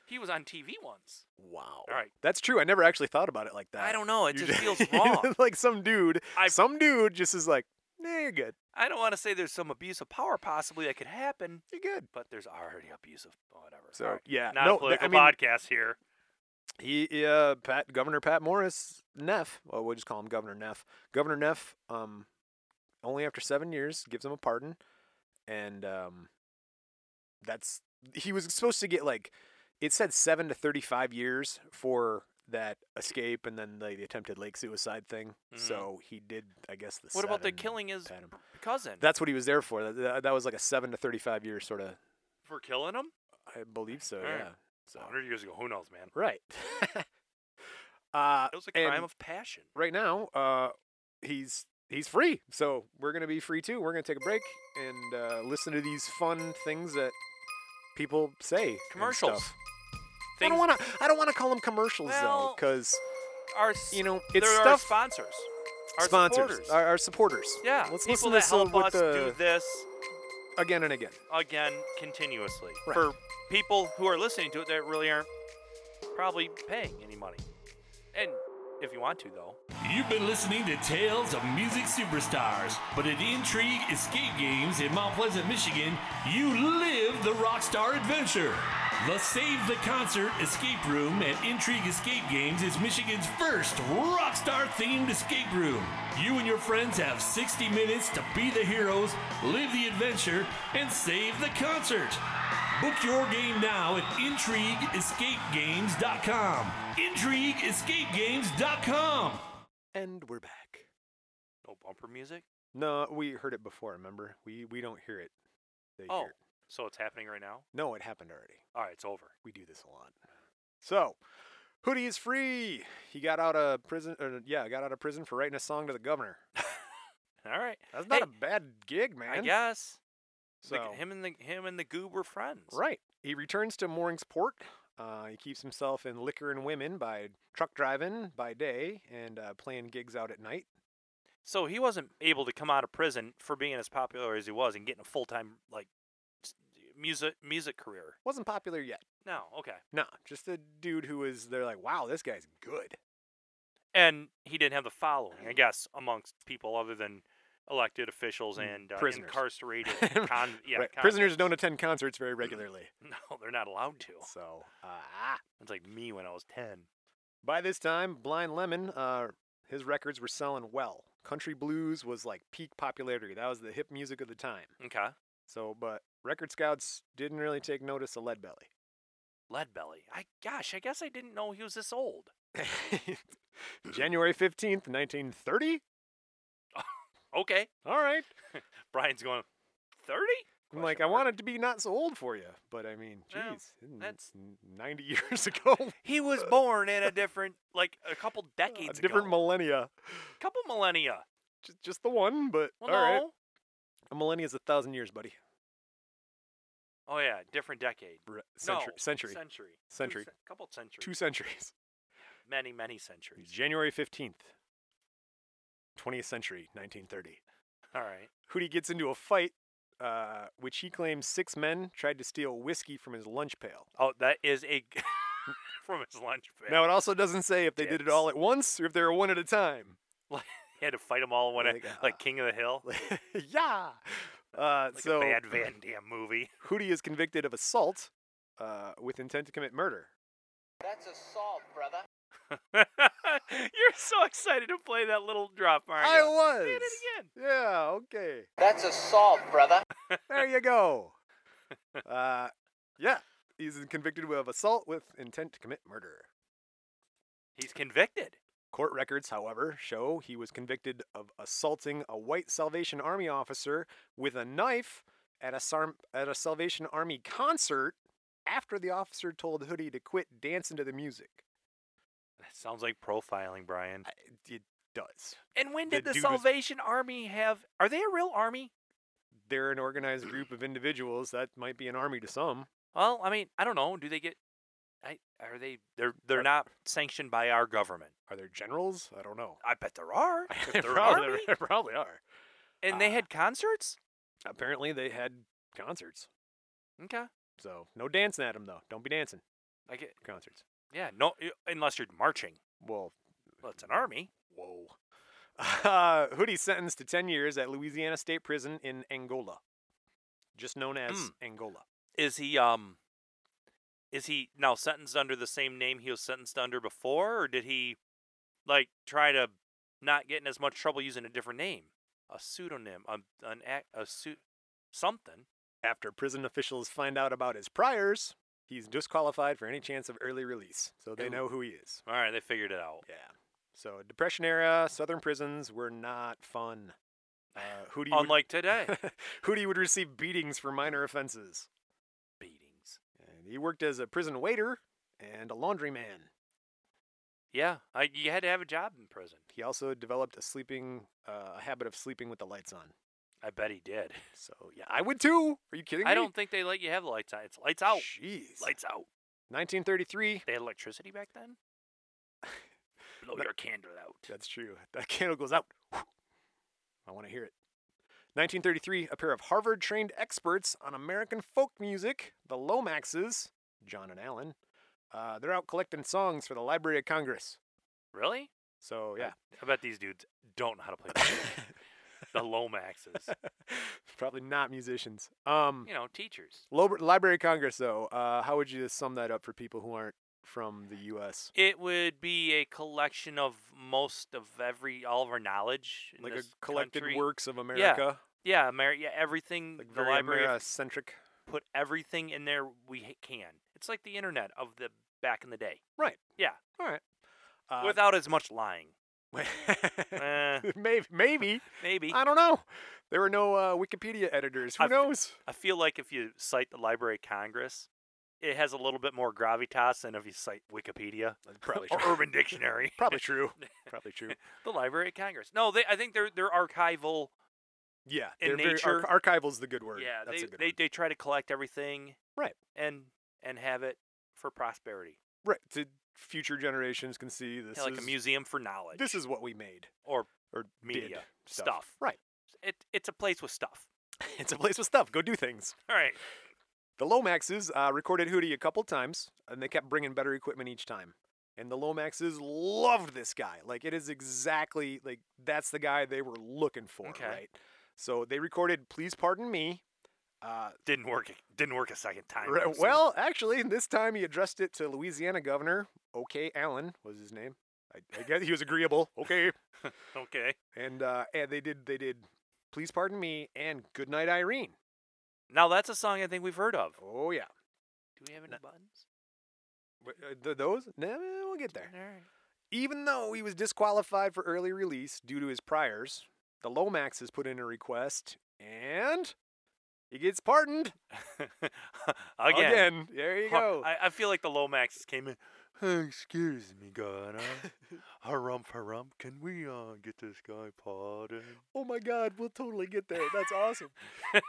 He was on TV once. Wow. All right. That's true. I never actually thought about it like that. I don't know. It You just ju- feels wrong. like some dude, I- some dude just is like, nah, you're good. I don't want to say there's some abuse of power possibly that could happen, You're good. but there's already abuse of whatever. So All right. yeah, Not no, a th- political I mean, podcast here. he, uh, Pat, Governor Pat Morris, Neff. Well, we'll just call him Governor Neff. Governor Neff, um, only after seven years, gives him a pardon, and um, that's he was supposed to get like, it said seven to thirty-five years for that escape, and then like, the attempted lake suicide thing. Mhm. So he did, I guess. The What about the seven, killing his Pat him. cousin That's what he was there for. That- That, that was like a seven to thirty-five year sort of. for killing him? I believe so. Alright. Yeah. So 100 years ago. Who knows, man? right. uh, It was a And- crime of passion. right now, uh, he's he's free, so we're gonna be free too. We're gonna take a break and uh, listen to these fun things that people say. and Commercials. stuff. I Things don't wanna. I don't wanna call them commercials though, Well, because are s- you know it's they're our stuff. sponsors. Our sponsors, supporters. our, our supporters. yeah, Let's people listen to this, uh, that help with us the- do this again and again. again continuously Right. for people who are listening to it that really aren't probably paying any money. And if you want to, though, You've been listening to Tales of Music Superstars, but at Intrigue Escape Games in Mount Pleasant, Michigan, you live the rockstar adventure. The Save the Concert Escape Room at Intrigue Escape Games is Michigan's first rockstar themed escape room. You and your friends have 60 minutes to be the heroes, live the adventure, and save the concert. Book your game now at IntrigueEscapeGames.com. IntrigueEscapeGames.com. And we're back. no bumper music. No, we heard it before. Remember, we we don't hear it. They Oh, hear it. so it's happening right now. no, it happened already. All right, it's over. We do this a lot. So, Hoodie is free. He got out of prison. Or, yeah, got out of prison for writing a song to the governor. All right, That's not Hey, a bad gig, man. I guess. So, Like, him and the him and the goob were friends. right. He returns to Mooringsport. Uh, he keeps himself in liquor and women by truck driving by day and uh, playing gigs out at night. So he wasn't able to come out of prison for being as popular as he was and getting a full time like s- music music career. Wasn't popular yet. No, okay. Nah, just a dude who was. They're like, wow, this guy's good. and he didn't have the following, I guess, amongst people other than elected officials Mm, and uh, prisoners. incarcerated Right, con- yeah, Right, con- Mm-hmm. Prisoners don't attend concerts very regularly. No, they're not allowed to. So, ah. It's like me when I was ten. By this time, Blind Lemon, uh, his records were selling well. Country blues was like peak popularity. That was the hip music of the time. Okay, So, but record scouts didn't really take notice of Leadbelly. Leadbelly. I gosh, I guess I didn't know he was this old. January 15th, 1930? Okay, All right. Brian's going thirty. I'm like, I wanted to be not so old for you, but I mean, No, geez, isn't it that's- 90 years ago. He was born in a different, like a couple decades, a different ago. millennia. couple millennia. Just, just the one, but Well, all no. right. A millennia is a thousand years, buddy. Oh yeah, different decade. Re- century, No, century, century, Two Century. cen- couple centuries, two centuries. many, many centuries. January 15th, 20th century, 1930. All right. Hootie gets into a fight uh, which he claims six men tried to steal whiskey from his lunch pail. Oh, that is a from his lunch pail. Now, it also doesn't say if they did it all at once or if they were one at a time. he had to fight them all when I, Like, uh, like King of the Hill, like yeah. Uh, so, a bad Van Damme movie. Hootie is convicted of assault uh, with intent to commit murder. That's assault, brother. You're so excited to play that little drop, aren't I you? was. Say it again. Yeah, okay. That's assault, brother. There you go. uh, yeah, he's convicted of assault with intent to commit murder. He's convicted. Court records, however, show he was convicted of assaulting a white Salvation Army officer with a knife at a, Sar- at a Salvation Army concert after the officer told Hoodie to quit dancing to the music. That sounds like profiling, Brian. I- It does. And when the did the, dude was- Salvation Army have? Are they a real army? They're an organized group of individuals. That might be an army to some. Well, I mean, I don't know. Do they get? I, are they? They're they're not sanctioned by our government. Are there generals? I don't know. I bet there are. If They they're probably- army, they probably are. and they uh, had concerts. Apparently, they had concerts. Okay. So no dancing at them though. Don't be dancing I get. at concerts. Yeah. No, y- unless you're marching. Well, Well, it's an army. whoa. Uh, Hoodie sentenced to 10 years at Louisiana State Prison in Angola, just known as Mm. Angola. Is he um? Is he now sentenced under the same name he was sentenced under before, or did he, like, try to not get in as much trouble using a different name, a pseudonym, a an ac- a suit, something? After prison officials find out about his priors, he's disqualified for any chance of early release, so they Ooh. know who he is. All right, they figured it out. Yeah. So Depression era Southern prisons were not fun. Uh, Hootie, would- Unlike today, Hootie would receive beatings for minor offenses. beatings. And he worked as a prison waiter and a laundryman. Yeah, I, you had to have a job in prison. He also developed a sleeping uh, a habit of sleeping with the lights on. I bet he did. So yeah, I would too. Are you kidding me? I don't think they let you have the lights on. It's lights out. Jeez. Lights out. 1933. They had electricity back then. Blow No. your candle out. That's true. That candle goes out. Whew. I want to hear it. 1933. A pair of Harvard-trained experts on American folk music, the Lomaxes, John and Alan. Uh, they're out collecting songs for the Library of Congress. Really? So yeah, I bet these dudes don't know how to play music. the Lomaxes. probably not musicians. Um, You know, teachers. Lob- Library of Congress, though. Uh, how would you sum that up for people who aren't from the U.S.? It would be a collection of most of every all of our knowledge. In like this a collected country. works of America, Yeah, Ameri- yeah, everything. like the very library of- uh, centric. put everything in there we ha- can. It's like the internet of the back in the day, All right. Uh, without as much lying. Eh, maybe, maybe maybe. I don't know. There were no uh, Wikipedia editors. Who I've- knows? I feel like if you cite the Library of Congress, it has a little bit more gravitas than if you cite Wikipedia Probably or Urban Dictionary. Probably true. Probably true. the Library of Congress. No, they. I think they're they're archival. Yeah. In they're very- ar- archival's the good word. yeah, that's they a good they, word. they try to collect everything. Right. And and have it for prosperity. Right. To future generations can see this Yeah, like is a museum for knowledge. this is what we made or or did Media. stuff. Stuff. Right. it, it's a place with stuff. It's a place with stuff. Go do things. All right. The Lomaxes uh, recorded Hootie a couple times, and they kept bringing better equipment each time. And the Lomaxes loved this guy. Like it is exactly like that's the guy they were looking for, Okay. right? So they recorded "Please Pardon Me." Uh, Didn't work. Didn't work a second time. re- I'm assuming. well, actually, this time he addressed it to Louisiana Governor O.K. Allen was his name. I, I guess he was agreeable. Okay, okay. and uh, and they did they did "Please Pardon Me" and "Good Night Irene." Now that's a song I think we've heard of. Oh yeah, Do we have any buttons? Wh- uh, th- those? No, we'll get there. All right. Even though he was disqualified for early release due to his priors, the Lomax has put in a request and he gets pardoned Again. There you Har- go. I, I feel like the Lomaxes came in. "Hey, Excuse me, Ghana. Harump, harump. Can we uh, get this guy pardoned? oh my God, we'll totally get there. That's awesome.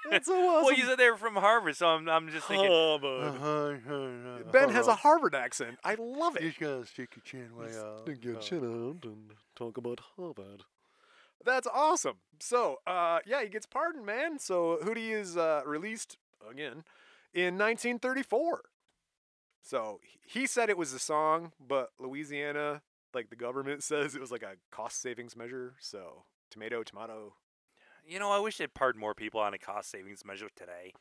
That's so awesome. Oh, Well, you said they were from Harvard, so I'm, I'm just thinking. Uh, Oh, ben has a Harvard accent. I love it. You just gotta stick your chin way out. Uh, Stick your chin out and talk about Harvard. That's awesome. So, uh, yeah, he gets pardoned, man. So Hootie is uh, released again in 1934. So he- he said it was a song, but Louisiana, like the government says, it was like a cost savings measure. So tomato, tomato. You know, I wish they'd pardon more people on a cost savings measure today.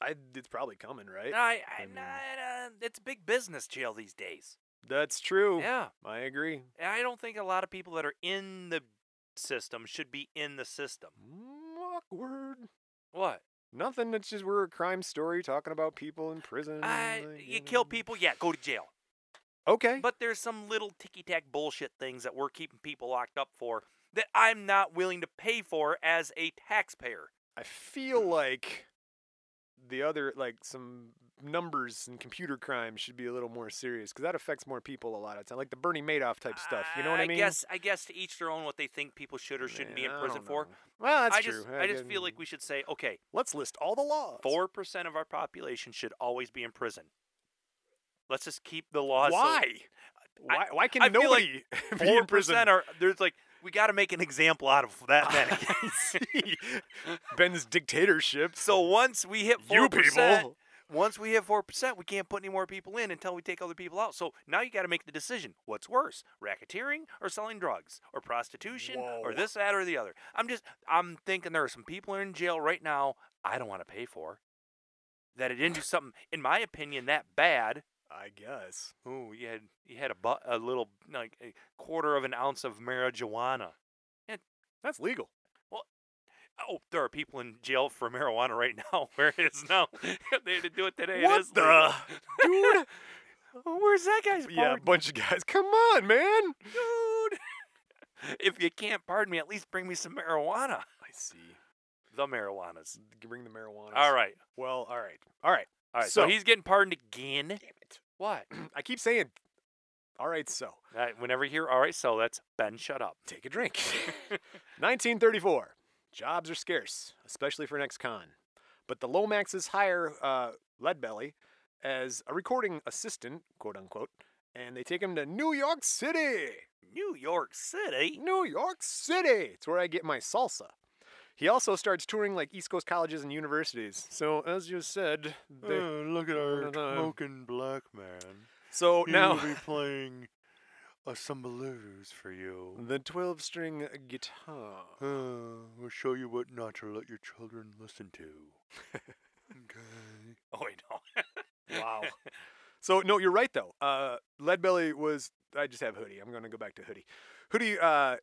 I, it's probably coming, right? I, I, I mean- I- it's big business jail these days. That's true. Yeah. I agree. And I don't think a lot of people that are in the system should be in the system. Mm, awkward. What? Nothing. It's just we're a crime story talking about people in prison. I, like, you kill know. people, yeah, go to jail. Okay. But there's some little ticky tack bullshit things that we're keeping people locked up for that I'm not willing to pay for as a taxpayer. I feel like the other, like some numbers and computer crime should be a little more serious because that affects more people a lot of time, like the Bernie Madoff type stuff. You know what I mean? guess I guess to each their own what they think people should or shouldn't be in Yeah, I prison don't for. know. Well, that's I true. just I just feel guess- like we should say, okay, let's list all the laws. four percent of our population should always be in prison. Let's just keep the laws. so- Why? why? Why can I feel like nobody be Four in prison? percent are there's like we got to make an example out of that I see. many. Ben's dictatorship. Oh, so once we hit you four percent, people. once we hit four percent, we can't put any more people in until we take other people out. So now you got to make the decision: what's worse, racketeering or selling drugs or prostitution Whoa. or this, that, or the other. I'm just I'm thinking there are some people in jail right now I don't want to pay for that. It didn't do something, in my opinion, that bad. I guess. Ooh, you had you had a bu- a little like a quarter of an ounce of marijuana. That's legal. Oh, there are people in jail for marijuana right now. Where it is now? they had to do it today. What it is the- legal. dude? Where's that guy's pardon, Yeah, a bunch of guys. Come on, man. dude? if you can't pardon me, at least bring me some marijuana. I see. The marijuanas. Bring the marijuana. All right, Well, all right. All right. all right. So, So- he's getting pardoned again. Damn it. What? I keep saying, all right, so All right, whenever you hear, all right, so that's Ben. Shut up. take a drink. 1934. Jobs are scarce, especially for next con. But the Lomaxes hire uh, Leadbelly as a recording assistant, quote unquote, and they take him to New York City. New York City. New York City. It's where I get my salsa. He also starts touring like East Coast colleges and universities. So, as you said, they- look at our smoking black man. so Oh, now Mm. playing a sambalers for you. the 12 string guitar. Uh, we'll show you what not to let your children listen to. okay. Oh, wait, no. Wow. so no, you're right though. Uh, Leadbelly was. I just have hoodie. I'm gonna go back to hoodie. Hoodie. Uh,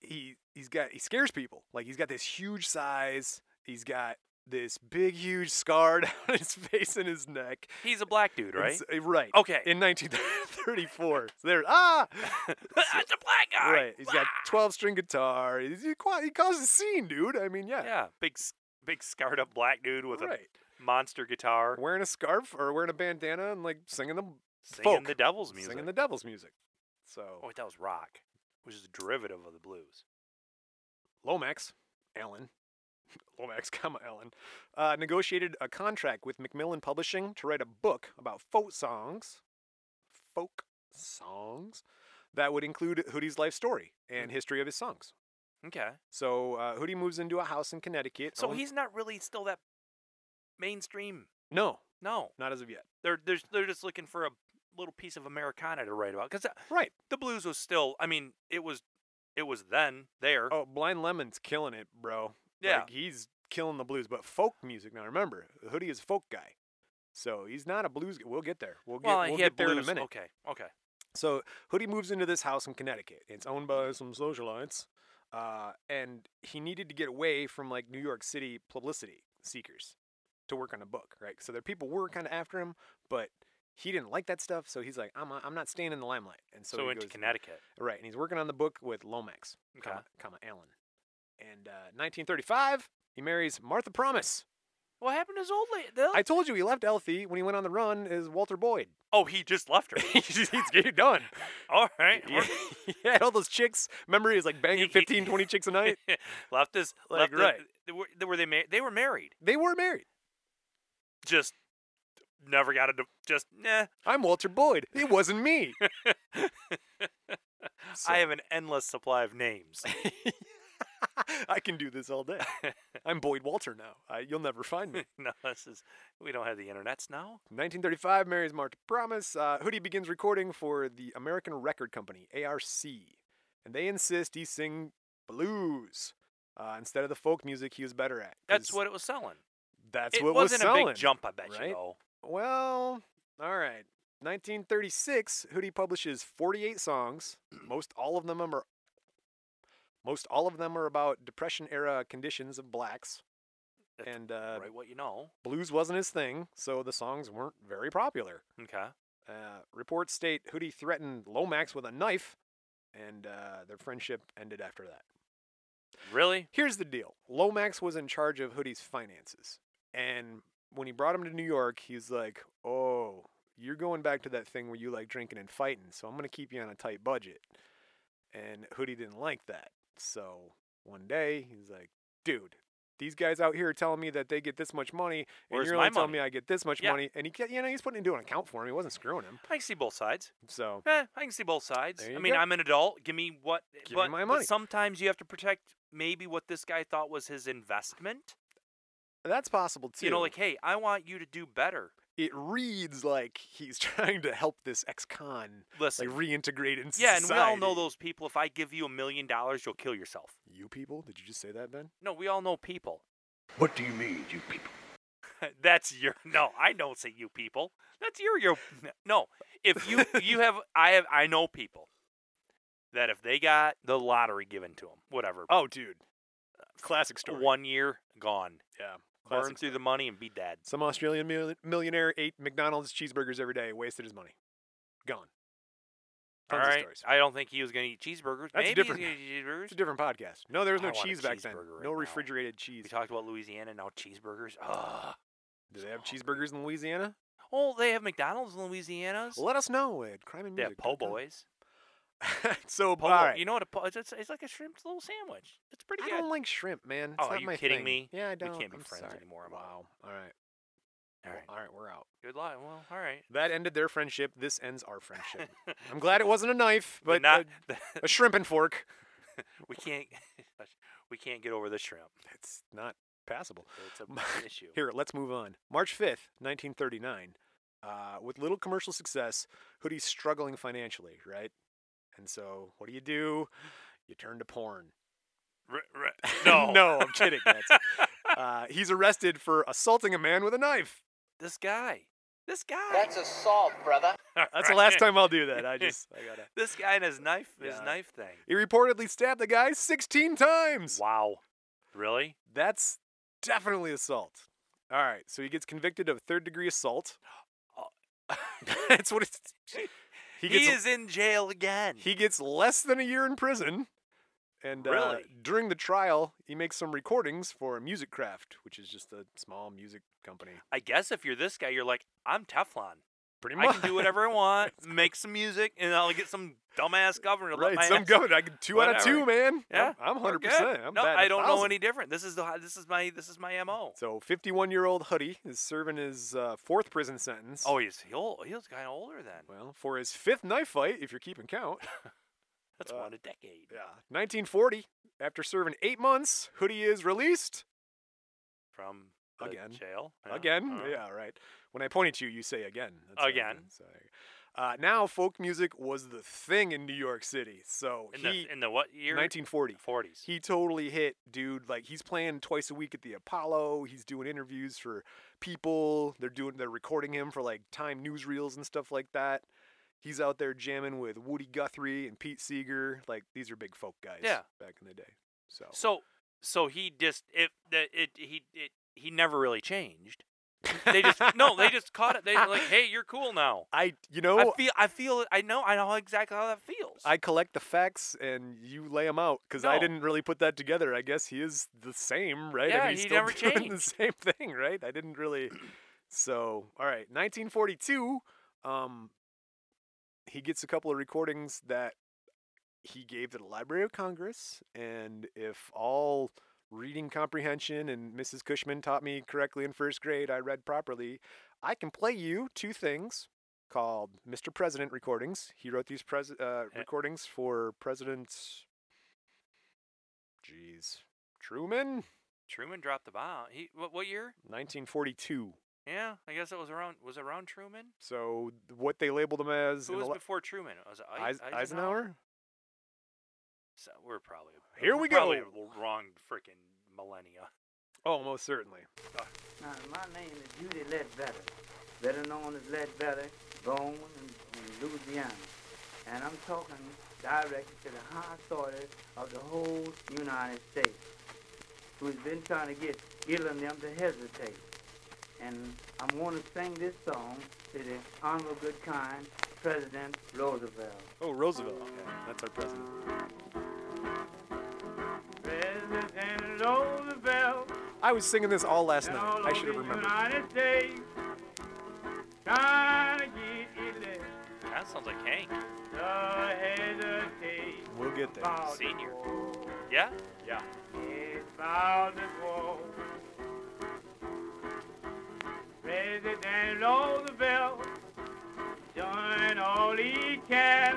he he's got he scares people. Like he's got this huge size. He's got this big huge scar down his face and his neck. He's a black dude, And right? Oh, s- uh, right. Okay. In 1934. so there. Ah. That's a black guy. Right. He's got Ah! 12 string guitar. He's, he, qua- he caused a scene, dude. I mean, yeah. Yeah, big, s- big scarred up black dude with right. a monster guitar Wearing a scarf or wearing a bandana and like singing the singing folk. the devil's music. singing the devil's music. So oh, wait, that was rock, which is a derivative of the blues. Lomax, Allen, Lomax, comma Allen, uh, negotiated a contract with Macmillan Publishing to write a book about folk songs, folk songs, that would include Hoodie's life story and Hmm. history of his songs. Okay, Oh. So uh, Hoodie moves into a house in Connecticut. so own- he's not really still that mainstream. no, No, not as of yet. they're they're they're just looking for a little piece of Americana to write about because Right. the blues was still. I mean, it was it was then there. Oh, Blind Lemon's killing it, bro. Yeah. Like, he's killing the blues, but folk music. Now remember, Hoodie is a folk guy. So he's not a blues guy. We'll get there. We'll get, well, we'll he get had there blues. in a minute. Okay, okay. So Hoodie moves into this house in Connecticut. It's owned Mm-hmm. by some socialites, uh, and he needed to get away from like New York City publicity seekers to work on a book, right? So their people were kind of after him, but he didn't like that stuff. So he's like, I'm, I'm not staying in the limelight. And so, So, he into goes- uh, Connecticut. right? And he's working on the book with Lomax, Okay. comma, comma Allen. And uh, 1935, he marries Martha Promise. What happened to his old lady? the- I told you he left Elfie when he went on the run. Is Walter Boyd? oh, he just left her. he's getting done. All right. Yeah, he had all those chicks. Remember, he was like banging 15, 20 chicks a night. left his Like, left the- right. they were, they were they mar- they were married. They were married. Just never got a di- just nah. I'm Walter Boyd. It wasn't me. So, I have an endless supply of names. I can do this all day. I'm Boyd Walter now. I, you'll never find me. no, this is we don't have the internets now. 1935 marries March Promise. Uh, Hootie begins recording for the American Record Company, ARC, and they insist he sing blues uh, instead of the folk music he was better at. 'cause That's what it was selling. That's it what was wasn't selling. a big jump, I bet right? you though. Well, all right. 1936, Hootie publishes 48 songs. Most all of them are most all of them are about depression era conditions of blacks. That's and uh, right, what you know. blues wasn't his thing, so the songs weren't very popular. Okay. Uh, reports state Hootie threatened Lomax with a knife, and uh, their friendship ended after that. Really? Here's the deal Lomax was in charge of Hoodie's finances. And when he brought him to New York, he's like, oh, you're going back to that thing where you like drinking and fighting, so I'm going to keep you on a tight budget. And Hoodie didn't like that. So one day, he's like, dude. These guys out here are telling me that they get this much money, and Where's you're my only telling money? me I get this much Yeah. money. And he, ca- you know, he's putting it into an account for him. He wasn't screwing him. I can see both sides. So Eh, I can see both sides. There I you mean, go. I'm an adult. Give me what. Give me but, my but money. sometimes you have to protect maybe what this guy thought was his investment. that's possible too. You know, like, hey, I want you to do better. it reads like he's trying to help this ex-con Listen. like reintegrate into yeah, and we all know society. those people. If I give you a million dollars, you'll kill yourself. You people? Did you just say that, Ben? No, we all know people. What do you mean, you people? That's your no. I don't say you people. That's your your no. If you you have I have I know people that if they got the lottery given to them, whatever, Oh, dude. Classic story. one year gone, Yeah. burn classic through the story. money and be dead. Some Australian mil- millionaire ate McDonald's cheeseburgers every day, wasted his money. Gone. All Tons of right. stories. I don't think he was going to eat cheeseburgers. That's Maybe different. he was gonna eat It's a cheeseburgers. different podcast. No, there was I no want a cheese back then. cheeseburger right no now. refrigerated We cheese. talked about Louisiana now cheeseburgers. Ugh. Do they have cheeseburgers in Louisiana? Oh, they have McDonald's in Louisiana's. Let us know at crime and They have music. po' boys. so, Po' all right. You know what a po' it's, it's, it's like a shrimp little sandwich. It's pretty I good. don't like shrimp, man. It's Oh, are not you my kidding thing. me? Yeah, I We don't. can't be I'm friends sorry. anymore, I'm Wow. All right. all right. All right, we're out. Good luck. Well, all right. That ended their friendship. This ends our friendship. I'm glad it wasn't a knife, but not a, a shrimp and fork. we can't we can't get over the shrimp. It's not passable. It's a, My- an issue. Here, let's move on. March 5th, 1939. Uh, with little commercial success, Hoodie's struggling financially, right? And so, what do you do? You turn to porn. R- r- no, no, I'm kidding. That's, uh, he's arrested for assaulting a man with a knife. This guy. This guy. That's assault, brother. That's the last time I'll do that. I just, I gotta. This guy and his knife. His Yeah. knife thing. He reportedly stabbed the guy 16 times. Wow. Really? That's definitely assault. All right, so he gets convicted of third degree assault. That's what it's. Oh. He, He gets is in jail again. he gets less than a year in prison. And uh, Really? during the trial, he makes some recordings for Music Craft, which is just a small music company. I guess if you're this guy, you're like, I'm Teflon. Pretty I much. can do whatever I want, make some music, and I'll get some dumbass governor. to let right, my some ass- government. I can two out of two, man. Yeah, I'm, I'm we're 100%. good. I'm no, batting I a don't know thousand. any different. This is the this is my this is my mo. So, 51 year old Huddy is serving his uh, fourth prison sentence. Oh, he's he'll he's kind of older then. well, for his fifth knife fight, if you're keeping count. That's uh, one a decade. Yeah. 1940, after serving eight months, Hoodie is released. from the Again. jail Again. uh, Yeah, right. When I point at you, you say again. That's what I Again. did, so I- Uh, now, folk music was the thing in New York City. So In, he, the, in the what year? 1940. 40s. He totally hit, dude. Like he's playing twice a week at the Apollo. He's doing interviews for people. They're doing they're recording him for like Time newsreels and stuff like that. He's out there jamming with Woody Guthrie and Pete Seeger. Like these are big folk guys Yeah. back in the day. So so so he just if the it he it he never really changed. They just no, they just caught it. They were like, hey, you're cool now. I you know I feel I feel it- I know I know exactly how that feels. I collect the facts and you lay them out because I No. didn't really put that together. I guess he is the same, right? I Yeah, mean, he's he still never doing the changed. same thing, right? I didn't really. So, all right, 1942. Um, he gets a couple of recordings that he gave to the Library of Congress, and if all reading comprehension and Mrs. Cushman taught me correctly in first grade, I read properly. I can play you two things called Mr. President recordings. He wrote these pres- uh, Eh. recordings for President Jeez. Truman? Truman dropped the bomb. He what, what year? 1942. Yeah, I guess it was around was it around Truman. So th- what they labeled him as Who in was the le- before Truman? Was it Eis- Eis- Eisenhower? Eisenhower? So we're probably Here we're we probably go. Wrong freaking millennia. Oh, most certainly. Now, my name is Judy Ledbetter, better known as Ledbetter, Bone, and, and Louisiana. And I'm talking directly to the high authority of the whole United States, who's been trying to get Gilliam them to hesitate. And I'm going to sing this song to the honorable good kind President Roosevelt. Oh, Roosevelt. Okay, that's our president. President Roosevelt. I was singing this all last And night. all I should have over the remembered. United States, trying to get elected, That sounds like Hank. the hesitate We'll get there. about the Senior. war. Yeah. Yeah. It's about the war. President Roosevelt doing all he can,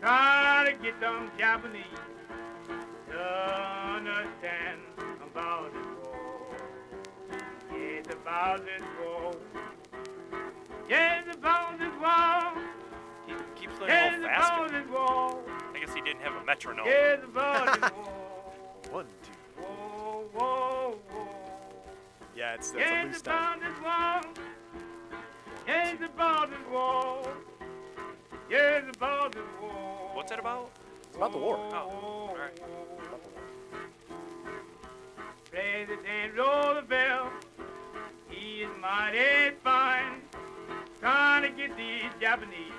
trying to get them Japanese to understand about the war. It's about this war. It's about this war. He keeps learning a It's little about faster. this war. I guess he didn't have a metronome. It's about this war. One, two. Whoa, whoa, whoa. Yeah, it's that's a Yes, loose the time. bond is wall. Yes, the bond is wall. Yes, the bond is wall. What's it about? It's about the war. Oh, all right. President Roosevelt, he is mighty fine. Trying to get these Japanese,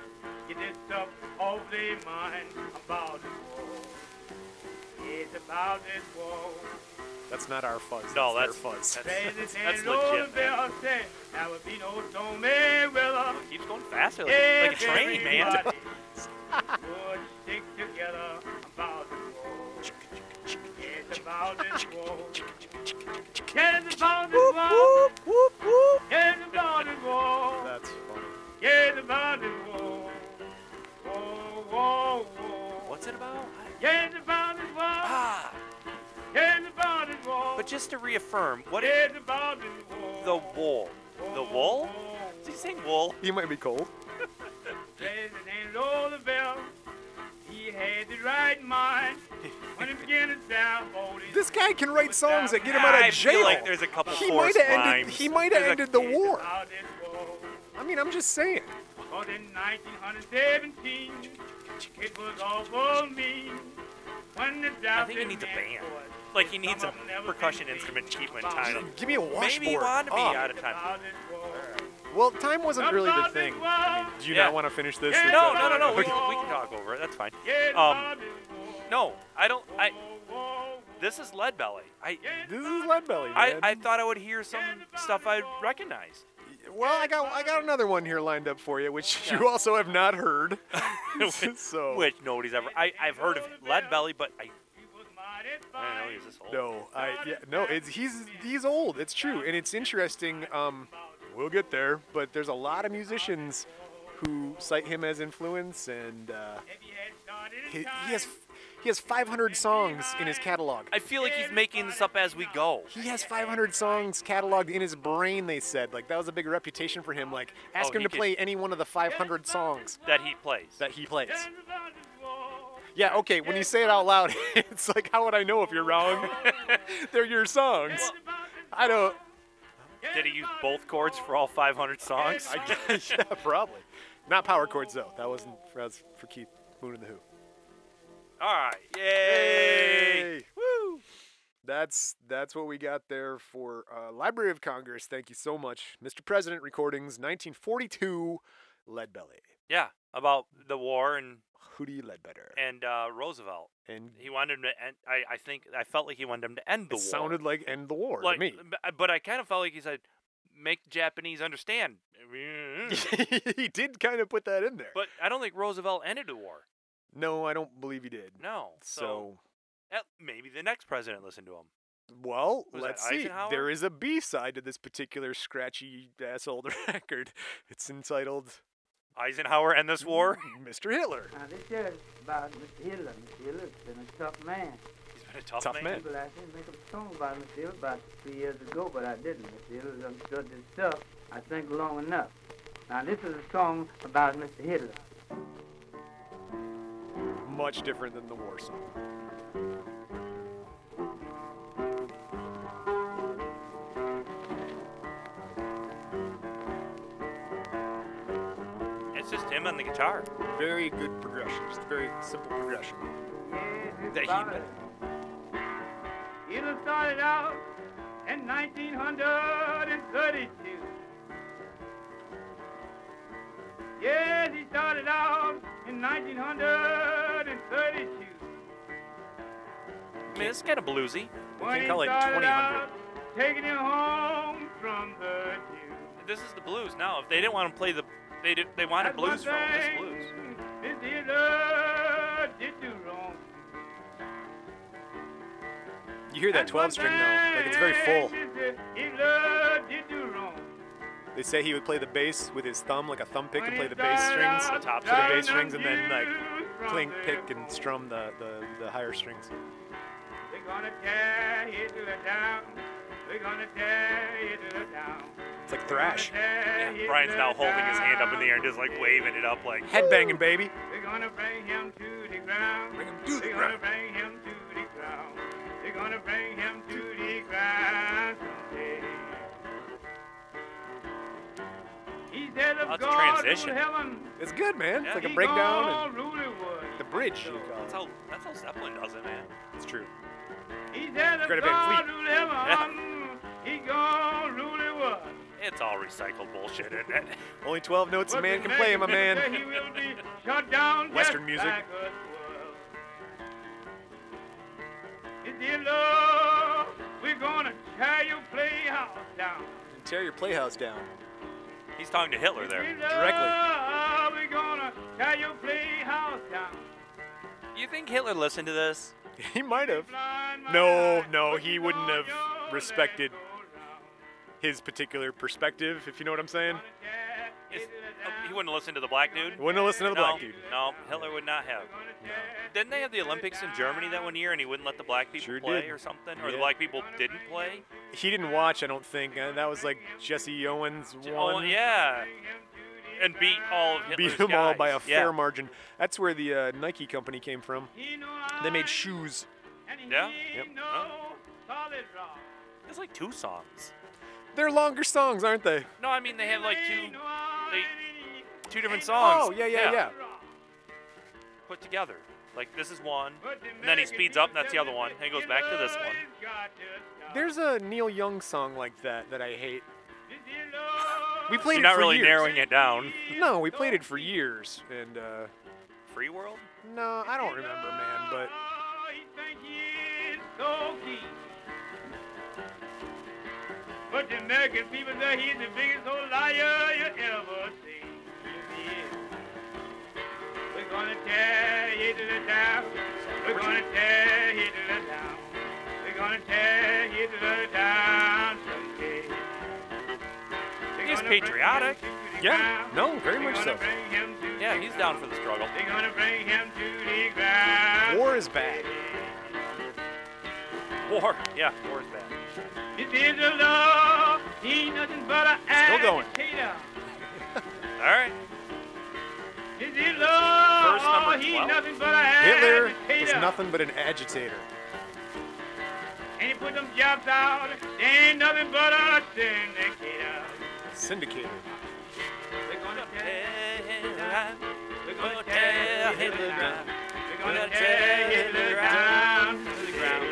get this stuff off their mind about this war. It's about this war. That's not our fuzz. No, that's, that's their fuzz. That's, President that's legit. Man. Roosevelt said, "There will be no Stormy Weather." He keeps going faster, like, like a if train, man. everybody would stick together about the war. It's about this war. It's about this war. It's about this war. That's funny. It's about this war. War, war, war. What's it about? I- It's about this war. Ah, It's about this war. but just to reaffirm, what is It's about this war. the wool? The wool? War. Is he saying wool? You might be cold. President Roosevelt, he had the right mind when he began to sell all his This guy can write songs that get him out I of jail. feel like there's a couple he might forced have ended. rhymes. He might have There's a- ended the war. about this war. I mean, I'm just saying. But in 1917, it was awful mean when the I think he Japanese needs a band. was. Like he needs a Some of 'em never percussion been instrument to keep him in about time. Give me a washboard. Maybe he wanted to be Ah. out of time. About this war. Well, time wasn't really the About thing. this war. I mean, do you Yeah. not want to finish this? Yeah. No, no, no, no. We Okay. can, we can talk over it. That's fine. It's Um, about this war. No, I don't. I. War, war, war. This is Lead Belly. I. This is Leadbelly, I, man. I thought I would hear some stuff I recognized. well, I got I got another one here lined up for you, which you also have not heard. so Which nobody's ever. I, I've heard of Lead Belly, but I, He was mighty I don't know. fine. He's this old. no, I yeah, no, it's he's he's old. It's true, and it's interesting. Um, we'll get there, but there's a lot of musicians who cite him as influence, and uh, If he had started in he, he time, has he has 500 songs in his catalog. I feel like he's making this up as we go. He has 500 songs cataloged in his brain. They said like that was a big reputation for him. Like ask Oh, him he to could- play any one of the 500 songs That he plays. that he plays. It's about this war. Yeah, okay. When you say it out loud, it's like, how would I know if you're wrong? They're your songs. It's about this I don't. war. Did he use both chords for all 500 songs? I guess- yeah, probably. Not power chords though. That wasn't. That was for Keith Moon and the Who. all right. Yay! Woo! That's that's what we got there for uh, Library of Congress. Thank you so much, Mr. President. Recordings, 1942, Leadbelly, Yeah, about the war and Hootie Leadbetter, and uh, Roosevelt. and He wanted him to end. I, I think I felt like he wanted him to end the it war. sounded like "End the War" to like um, me. b- uh, But I kind of felt like he said, "Make the Japanese understand." he did kind of put that in there. but I don't think Roosevelt ended the war. no, I don't believe he did. No. so eh, maybe the next president listened to him. Well, Was that let's see. Eisenhower? There is a B side to this particular scratchy ass old record. It's entitled Eisenhower end this war. Mr. Hitler. Now, this here is about Mr. Hitler. Mr. Hitler's been a tough man. He's been a tough, Tough man. People asked me to make a song about Miss Hill about three years ago, but I didn't. Miss Hill has understood this stuff, I think, long enough. Now, this is a song about Mr. Hitler. Much different than the war song. It's just him on the guitar. Very good progression. Just a very simple progression. That he About made. it. Hitler started out in 1932. Yes, he started out in 1932. I mean, it's kind of bluesy. When They he call like started 2000. out Taking him home from the Jews. This is the blues now. If they didn't want to play the, they did, they wanted That's one blues from him. This thing blues. This Hitler did do wrong. You hear that That's one 12 string though, like it's very full. thing This Hitler did do wrong. They say he would play the bass with his thumb, like a thumb pick, When and he play the bass started strings, out top to the bass driving strings, and then like Jews from clink, their pick, and homes. strum the, the, the higher strings. They're gonna tear Hitler down. They're gonna tear Hitler down. It's like thrash. Tear Yeah, Brian's now Hitler holding his hand up in the air and down. just like waving it up, like Headbanging, baby. They're gonna bring him to the ground. Bring him to the They're ground. gonna bring him to the ground. They're gonna bring him to the ground someday. He said of Lots of God transition. rule heaven. It's good, man. It's Yeah. like a he breakdown. gone rule the world. And the bridge, you call that's it. how that's how Zeppelin does it, man. It's true. He said of Greta Van God Fleet. rule heaven. He gone rule the world. It's all recycled bullshit, isn't it? Only 12 notes a But man the can play, my man. Mexicans say He will be shut down Western just music. Like us was. It's the love. We're gonna tear your playhouse down. Tear your playhouse down. He's talking to Hitler there. It's the directly. love, We're gonna tear your playhouse down. You think Hitler listened to this? He might have. Blind my No, eye, no, but he you wouldn't know have you'll let respected go round. his particular perspective, if you know what I'm saying. Gonna tear Is- Hitler oh, he down. wouldn't listen to the black dude. Wouldn't have listened to the No, black dude. no, Hitler would not have. Gonna tear Didn't they have the Olympics in Germany that one year, and he wouldn't let the black people Sure play did. or something, or Yeah. the black people didn't play? He didn't watch, I don't think. Uh, that was like Jesse Owens one. Oh yeah, and beat all of Hitler's Beat them all by a guys. fair yeah. margin. That's where the uh, Nike company came from. He know They made I- shoes. and he Yeah. Yep. know solid rock. It's like two songs. They're longer songs, aren't they? No, I mean they have like two they, two different songs. Oh, yeah, yeah, yeah. Put together. Like this is one, and then he speeds up, and that's the other one, and he goes back to this one. There's a Neil Young song like that that I hate. We played You're it not for really years. narrowing it down. No, we played it for years, and uh, Free world? no, I don't remember, man. But But the American people say he's the biggest old liar you ever seen. Yes, he is. We're gonna tear Hitler down. We're gonna tear Hitler down. We're gonna tear Hitler down someday. We're He's gonna bring him patriotic. to the yeah, ground. no, very We're much so. gonna bring him to Yeah, the he's down for the struggle. they're gonna bring him to the ground. War is bad. War. Yeah, war is bad. This is the law. He ain't nothing but a Still going. agitator. All right. This is the law. Verse number He 12. ain't nothing but a Hitler agitator. is nothing but an agitator. And he put them jobs out. They ain't nothing but a syndicator. Syndicator. They're gonna tear. Yeah, They're We'll tear gonna tear Hitler Hitler down. down. They're gonna We'll tear tear Hitler Hitler down. to the ground,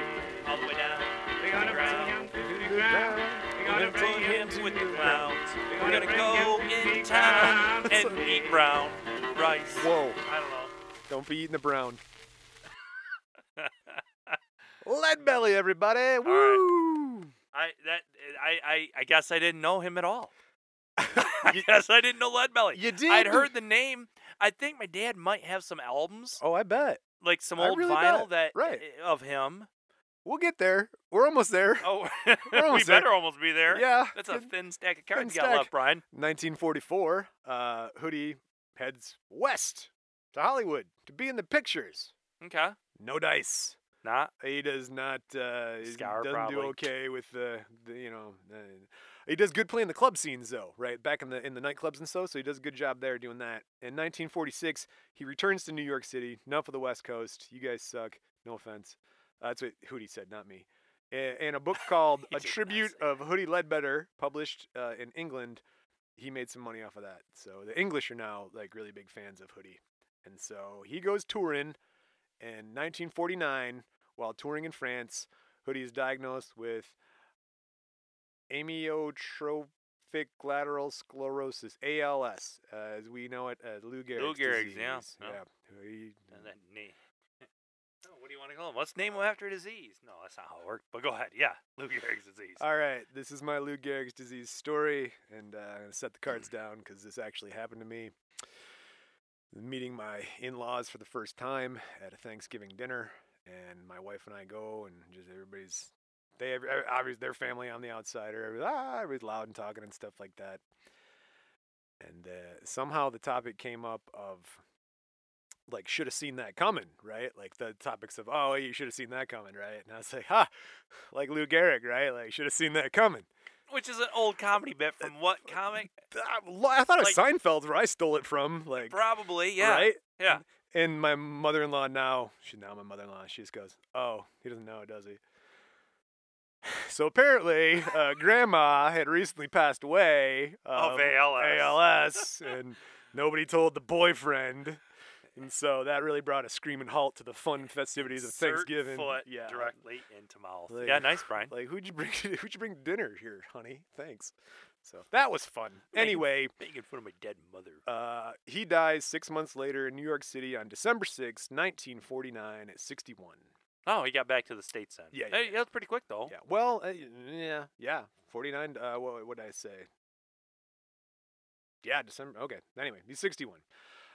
all the way down. They're gonna bring him to the ground. They're We're gonna gonna bring put him him to with the the ground. clowns. We're We're gonna gonna go bring him to in the town ground. and eat brown rice. Whoa. I don't know. Don't be eating the brown. Lead belly, everybody. Woo! I that I, I I guess I didn't know him at all. I guess I didn't know Leadbelly. You did. I'd heard the name. I think my dad might have some albums, Oh, I bet. like some I old really bet. vinyl that eh, Right. of him. We'll get there. We're almost there. Oh, We're we almost there. better almost be there. Yeah. That's a Good. thin stack of cards you thin got stack. left, Brian. 1944. Uh, Hoodie heads west to Hollywood to be in the pictures. Okay. No dice. Not he does not uh, he Scour, doesn't do probably. okay with the, the you know uh, he does good playing the club scenes though right back in the in the nightclubs and so so he does a good job there doing that in 1946 he returns to New York City enough of the West Coast you guys suck no offense uh, that's what Hootie said not me A- and a book called He A did not Tribute say of Hootie Ledbetter published uh, in England he made some money off of that so the English are now like really big fans of Hootie and so he goes touring in 1949 while touring in France. Hoodie is diagnosed with amyotrophic lateral sclerosis, ALS, uh, as we know it as Lou Gehrig's, Lou Gehrig's, disease. yeah, yeah. He- and that knee. Oh, what do you want to call him? Let's name him after a disease. No, that's not how it worked. But go ahead. Yeah, Lou Gehrig's disease. all right, this is my Lou Gehrig's disease story, and uh, I'm gonna set the cards down because this actually happened to me. Meeting my in-laws for the first time at a Thanksgiving dinner, and my wife and I go, and just everybody's they every- every- obviously their family on the outsider, every- ah, everybody's loud and talking and stuff like that. And uh, somehow the topic came up of like should have seen that coming, right? Like the topics of oh you should have seen that coming, right? And I was like, ha, like Lou Gehrig, right? Like should have seen that coming. Which is an old comedy bit from what comic? Th- I lo- I thought it was Like- Seinfeld where I stole it from, like Probably. Yeah. right. Yeah. And my mother-in-law now, she's now my mother-in-law. She just goes, "Oh, he doesn't know, does he?" So apparently, uh, Grandma had recently passed away Of ALS. ALS, and nobody told the Eh. boyfriend. And so that really brought a screaming halt to the fun festivities of Insert Thanksgiving. Eh, Foot yeah, directly into mouth. Like- yeah, nice, Brian. like who'd you bring? Who'd you bring to dinner here, honey? Thanks. So that was fun. Thank- Anyway, Making fun of my dead mother. uh, he dies six months later in New York City on December 6, 1949, at 61. Oh, he got back to the states then. Yeah, yeah, Hey, yeah. that was pretty quick though. Yeah. Well, uh, yeah, yeah. 49. Uh, what what did I say? Yeah, December. Okay. Anyway, he's 61.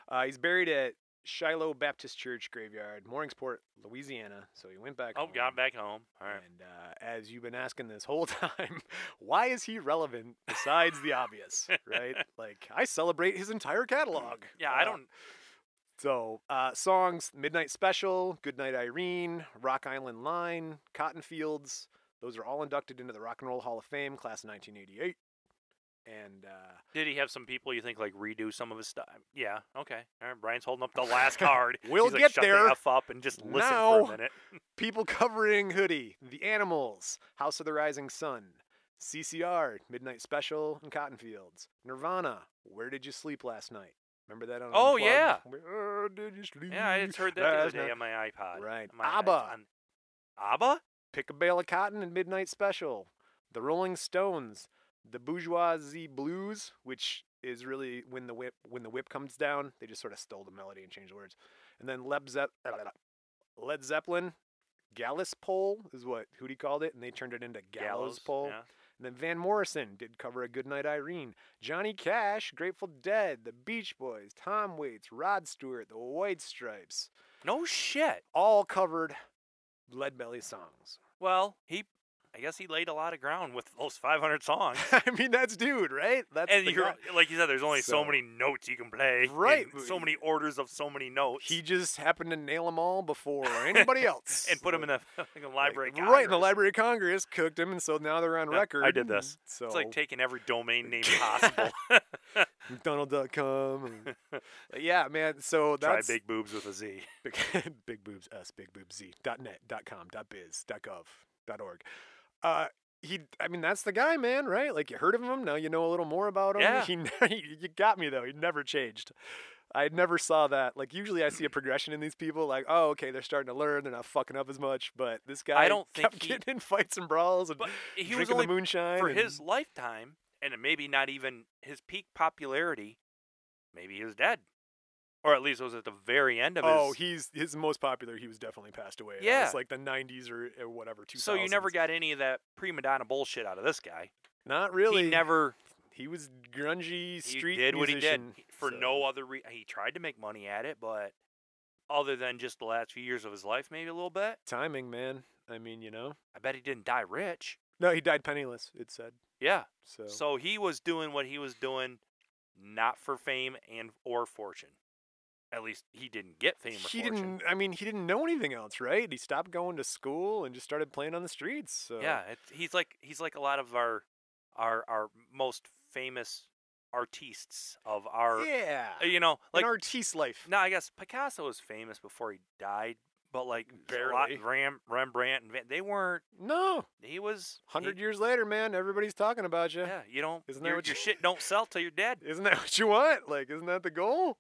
Uh, he's buried at Shiloh Baptist Church Graveyard, Morningsport, Louisiana. So he went back. Oh, home. got back home. All right. And uh, as you've been asking this whole time, why is he relevant besides the obvious, right? Like, I celebrate his entire catalog. Yeah, I Uh, don't. So, uh, songs Midnight Special, Goodnight Irene, Rock Island Line, Cotton Fields, those are all inducted into the Rock and Roll Hall of Fame, class of 1988. And uh, Did he have some people you think like redo some of his stuff? Yeah. Okay. All right. Brian's holding up the last card. We'll He's like, get Shut there. The F up and just listen Now. for a minute. people covering Hoodie, The Animals, House of the Rising Sun, CCR, Midnight Special, and Cotton Fields, Nirvana, Where Did You Sleep Last Night? Remember that on Oh, Unplugged? yeah. Where did you sleep? Yeah, I just heard that the other last day night? on my iPod. Right. on my- ABBA. on- ABBA? Pick a Bale of Cotton and Midnight Special, The Rolling Stones, The Bourgeoisie Blues, which is really when the whip when the whip comes down, they just sort of stole the melody and changed the words. And then Led, Zepp Led Zeppelin, Gallus Pole is what Hootie called it, and they turned it into Gallows, Pole. yeah. And then Van Morrison did cover a Goodnight Irene. Johnny Cash, Grateful Dead, The Beach Boys, Tom Waits, Rod Stewart, The White Stripes, No shit. all covered Lead Belly songs. Well, he, I guess he laid a lot of ground with those 500 songs. I mean, that's dude, right? That's and the you're, guy. like you said, there's only so, So- many notes you can play. and Right. So many orders of so many notes. he just happened to nail them all before anybody else, and put them in the in the Like, library. of right in the Congress. Library of Congress, cooked them, and so now they're on Yeah, I record. did this. So It's like taking every domain name possible. Donald.com. and- But yeah, man. So Try that's big boobs with a Z. big, big boobs s big boobs z dot net dot com dot biz dot gov dot org. Uh, he, I mean, that's the guy, man, right? Like you heard of him, now you know a little more about him. Yeah. He, ne- you got me though. He never changed. I never saw that. Like usually, I see a progression in these people. Like, oh, okay, they're starting to learn. They're not fucking up as much. But this guy, don't think kept he- getting in fights and brawls and But he was drinking only the moonshine for and- his lifetime, and maybe not even his peak popularity. Maybe he was dead, or at least it was at the very end of Oh, his. he's his most popular. He was definitely passed away. That Yeah. was like the '90s or, or whatever. 2000s. so you never got any of that prima donna bullshit out of this guy. not really He never He was grungy he street did what he did musician, He- for so- no other reason. He tried to make money at it, but other than just the last few years of his life, maybe a little bit. timing, man. I mean, you know. I bet he didn't die rich. No, he died penniless. It said Yeah. so. So he was doing what he was doing, not for fame and or fortune. At least he didn't get fame or he fortune. didn't. I mean, he didn't know anything else, right? He stopped going to school and just started playing on the streets. So. Yeah, it's, he's like he's like a lot of our our our most famous artists of our uh, yeah. you know like An artiste life. now I guess Picasso was famous before he died, but like a lot- Barely. Ram, Rembrandt and Van, they weren't. No, He was he- hundred years later, man, everybody's talking about you. Yeah, you don't. Isn't that your, what your you- shit don't sell till you're dead. Isn't that what you want? Like, isn't that the goal?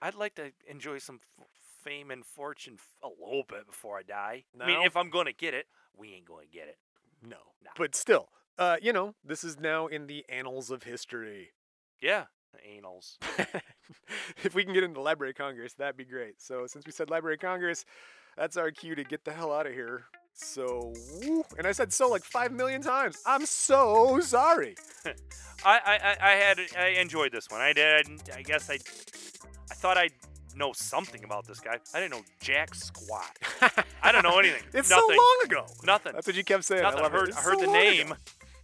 I'd like to enjoy some f- fame and fortune f- a little bit before I die. I No. mean, if I'm gonna get it, we ain't gonna get it. No. Nah. But still, uh, you know, this is now in the annals of history. Yeah, anals. if we can get into Library of Congress, that'd be great. So since we said Library of Congress, that's our cue to get the hell out of here. So, woo, and I said so like five million times. I'm so sorry. I, I, I- I had I enjoyed this one. I did. I guess I I thought I'd know something about this guy. I didn't know jack squat. I don't know anything. It's Nothing. so long ago. Nothing. That's what you kept saying. Nothing. I I love heard, it. It's I heard so the long name. ago.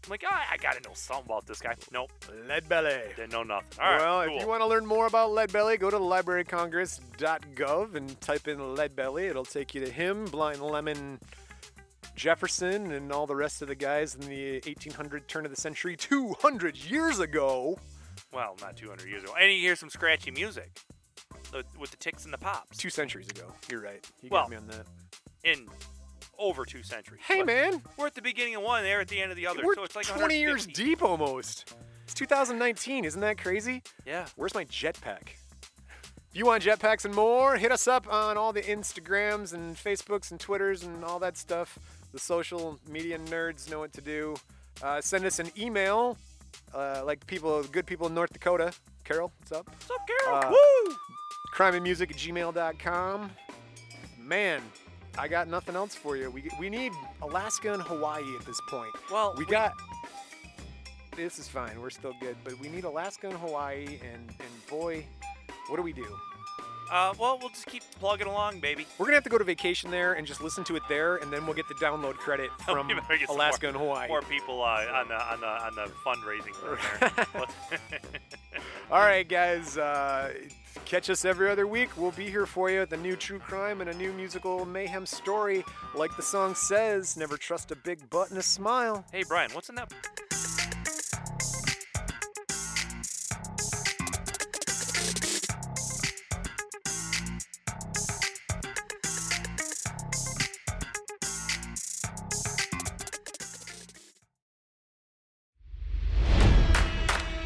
I'm like, ah, I gotta know something about this guy. Nope, Lead Belly. didn't know nothing. All right, well, cool. if you want to learn more about Leadbelly, go to librarycongress.gov and type in Leadbelly. It'll take you to him, Blind Lemon Jefferson, and all the rest of the guys in the 1800 turn of the century, 200 years ago. well, not 200 years ago. And you hear some scratchy music with, with the ticks and the pops Two centuries ago. You're right. You Well, got me on that. in over two centuries. Hey, But man, We're at the beginning of one, there at the end of the other. we're so it's like 20 years 150. deep almost. It's 2019. Isn't that crazy? Yeah. Where's my jetpack? If you want jetpacks and more, hit us up on all the Instagrams and Facebooks and Twitters and all that stuff. The social media nerds know what to do. Uh, send us an email, uh, like people, good people in North Dakota. Carol, what's up? What's up, Carol? Uh, Woo! Crimeandmusic at gmail.com. Man, I got nothing else for you. We, we need Alaska and Hawaii at this point. Well, we, got. This is fine. We're still good, but we need Alaska and Hawaii, and and boy, what do we do? Uh, well, we'll just keep plugging along, baby. We're gonna have to go to vacation there and just listen to it there, and then we'll get the download credit from We better get some Alaska more, and Hawaii. More people uh, on the on the on the fundraising program. All right, guys, uh, catch us every other week. We'll be here for you with a new true crime and a new musical mayhem story. Like the song says, never trust a big butt and a smile. hey, Brian, what's in that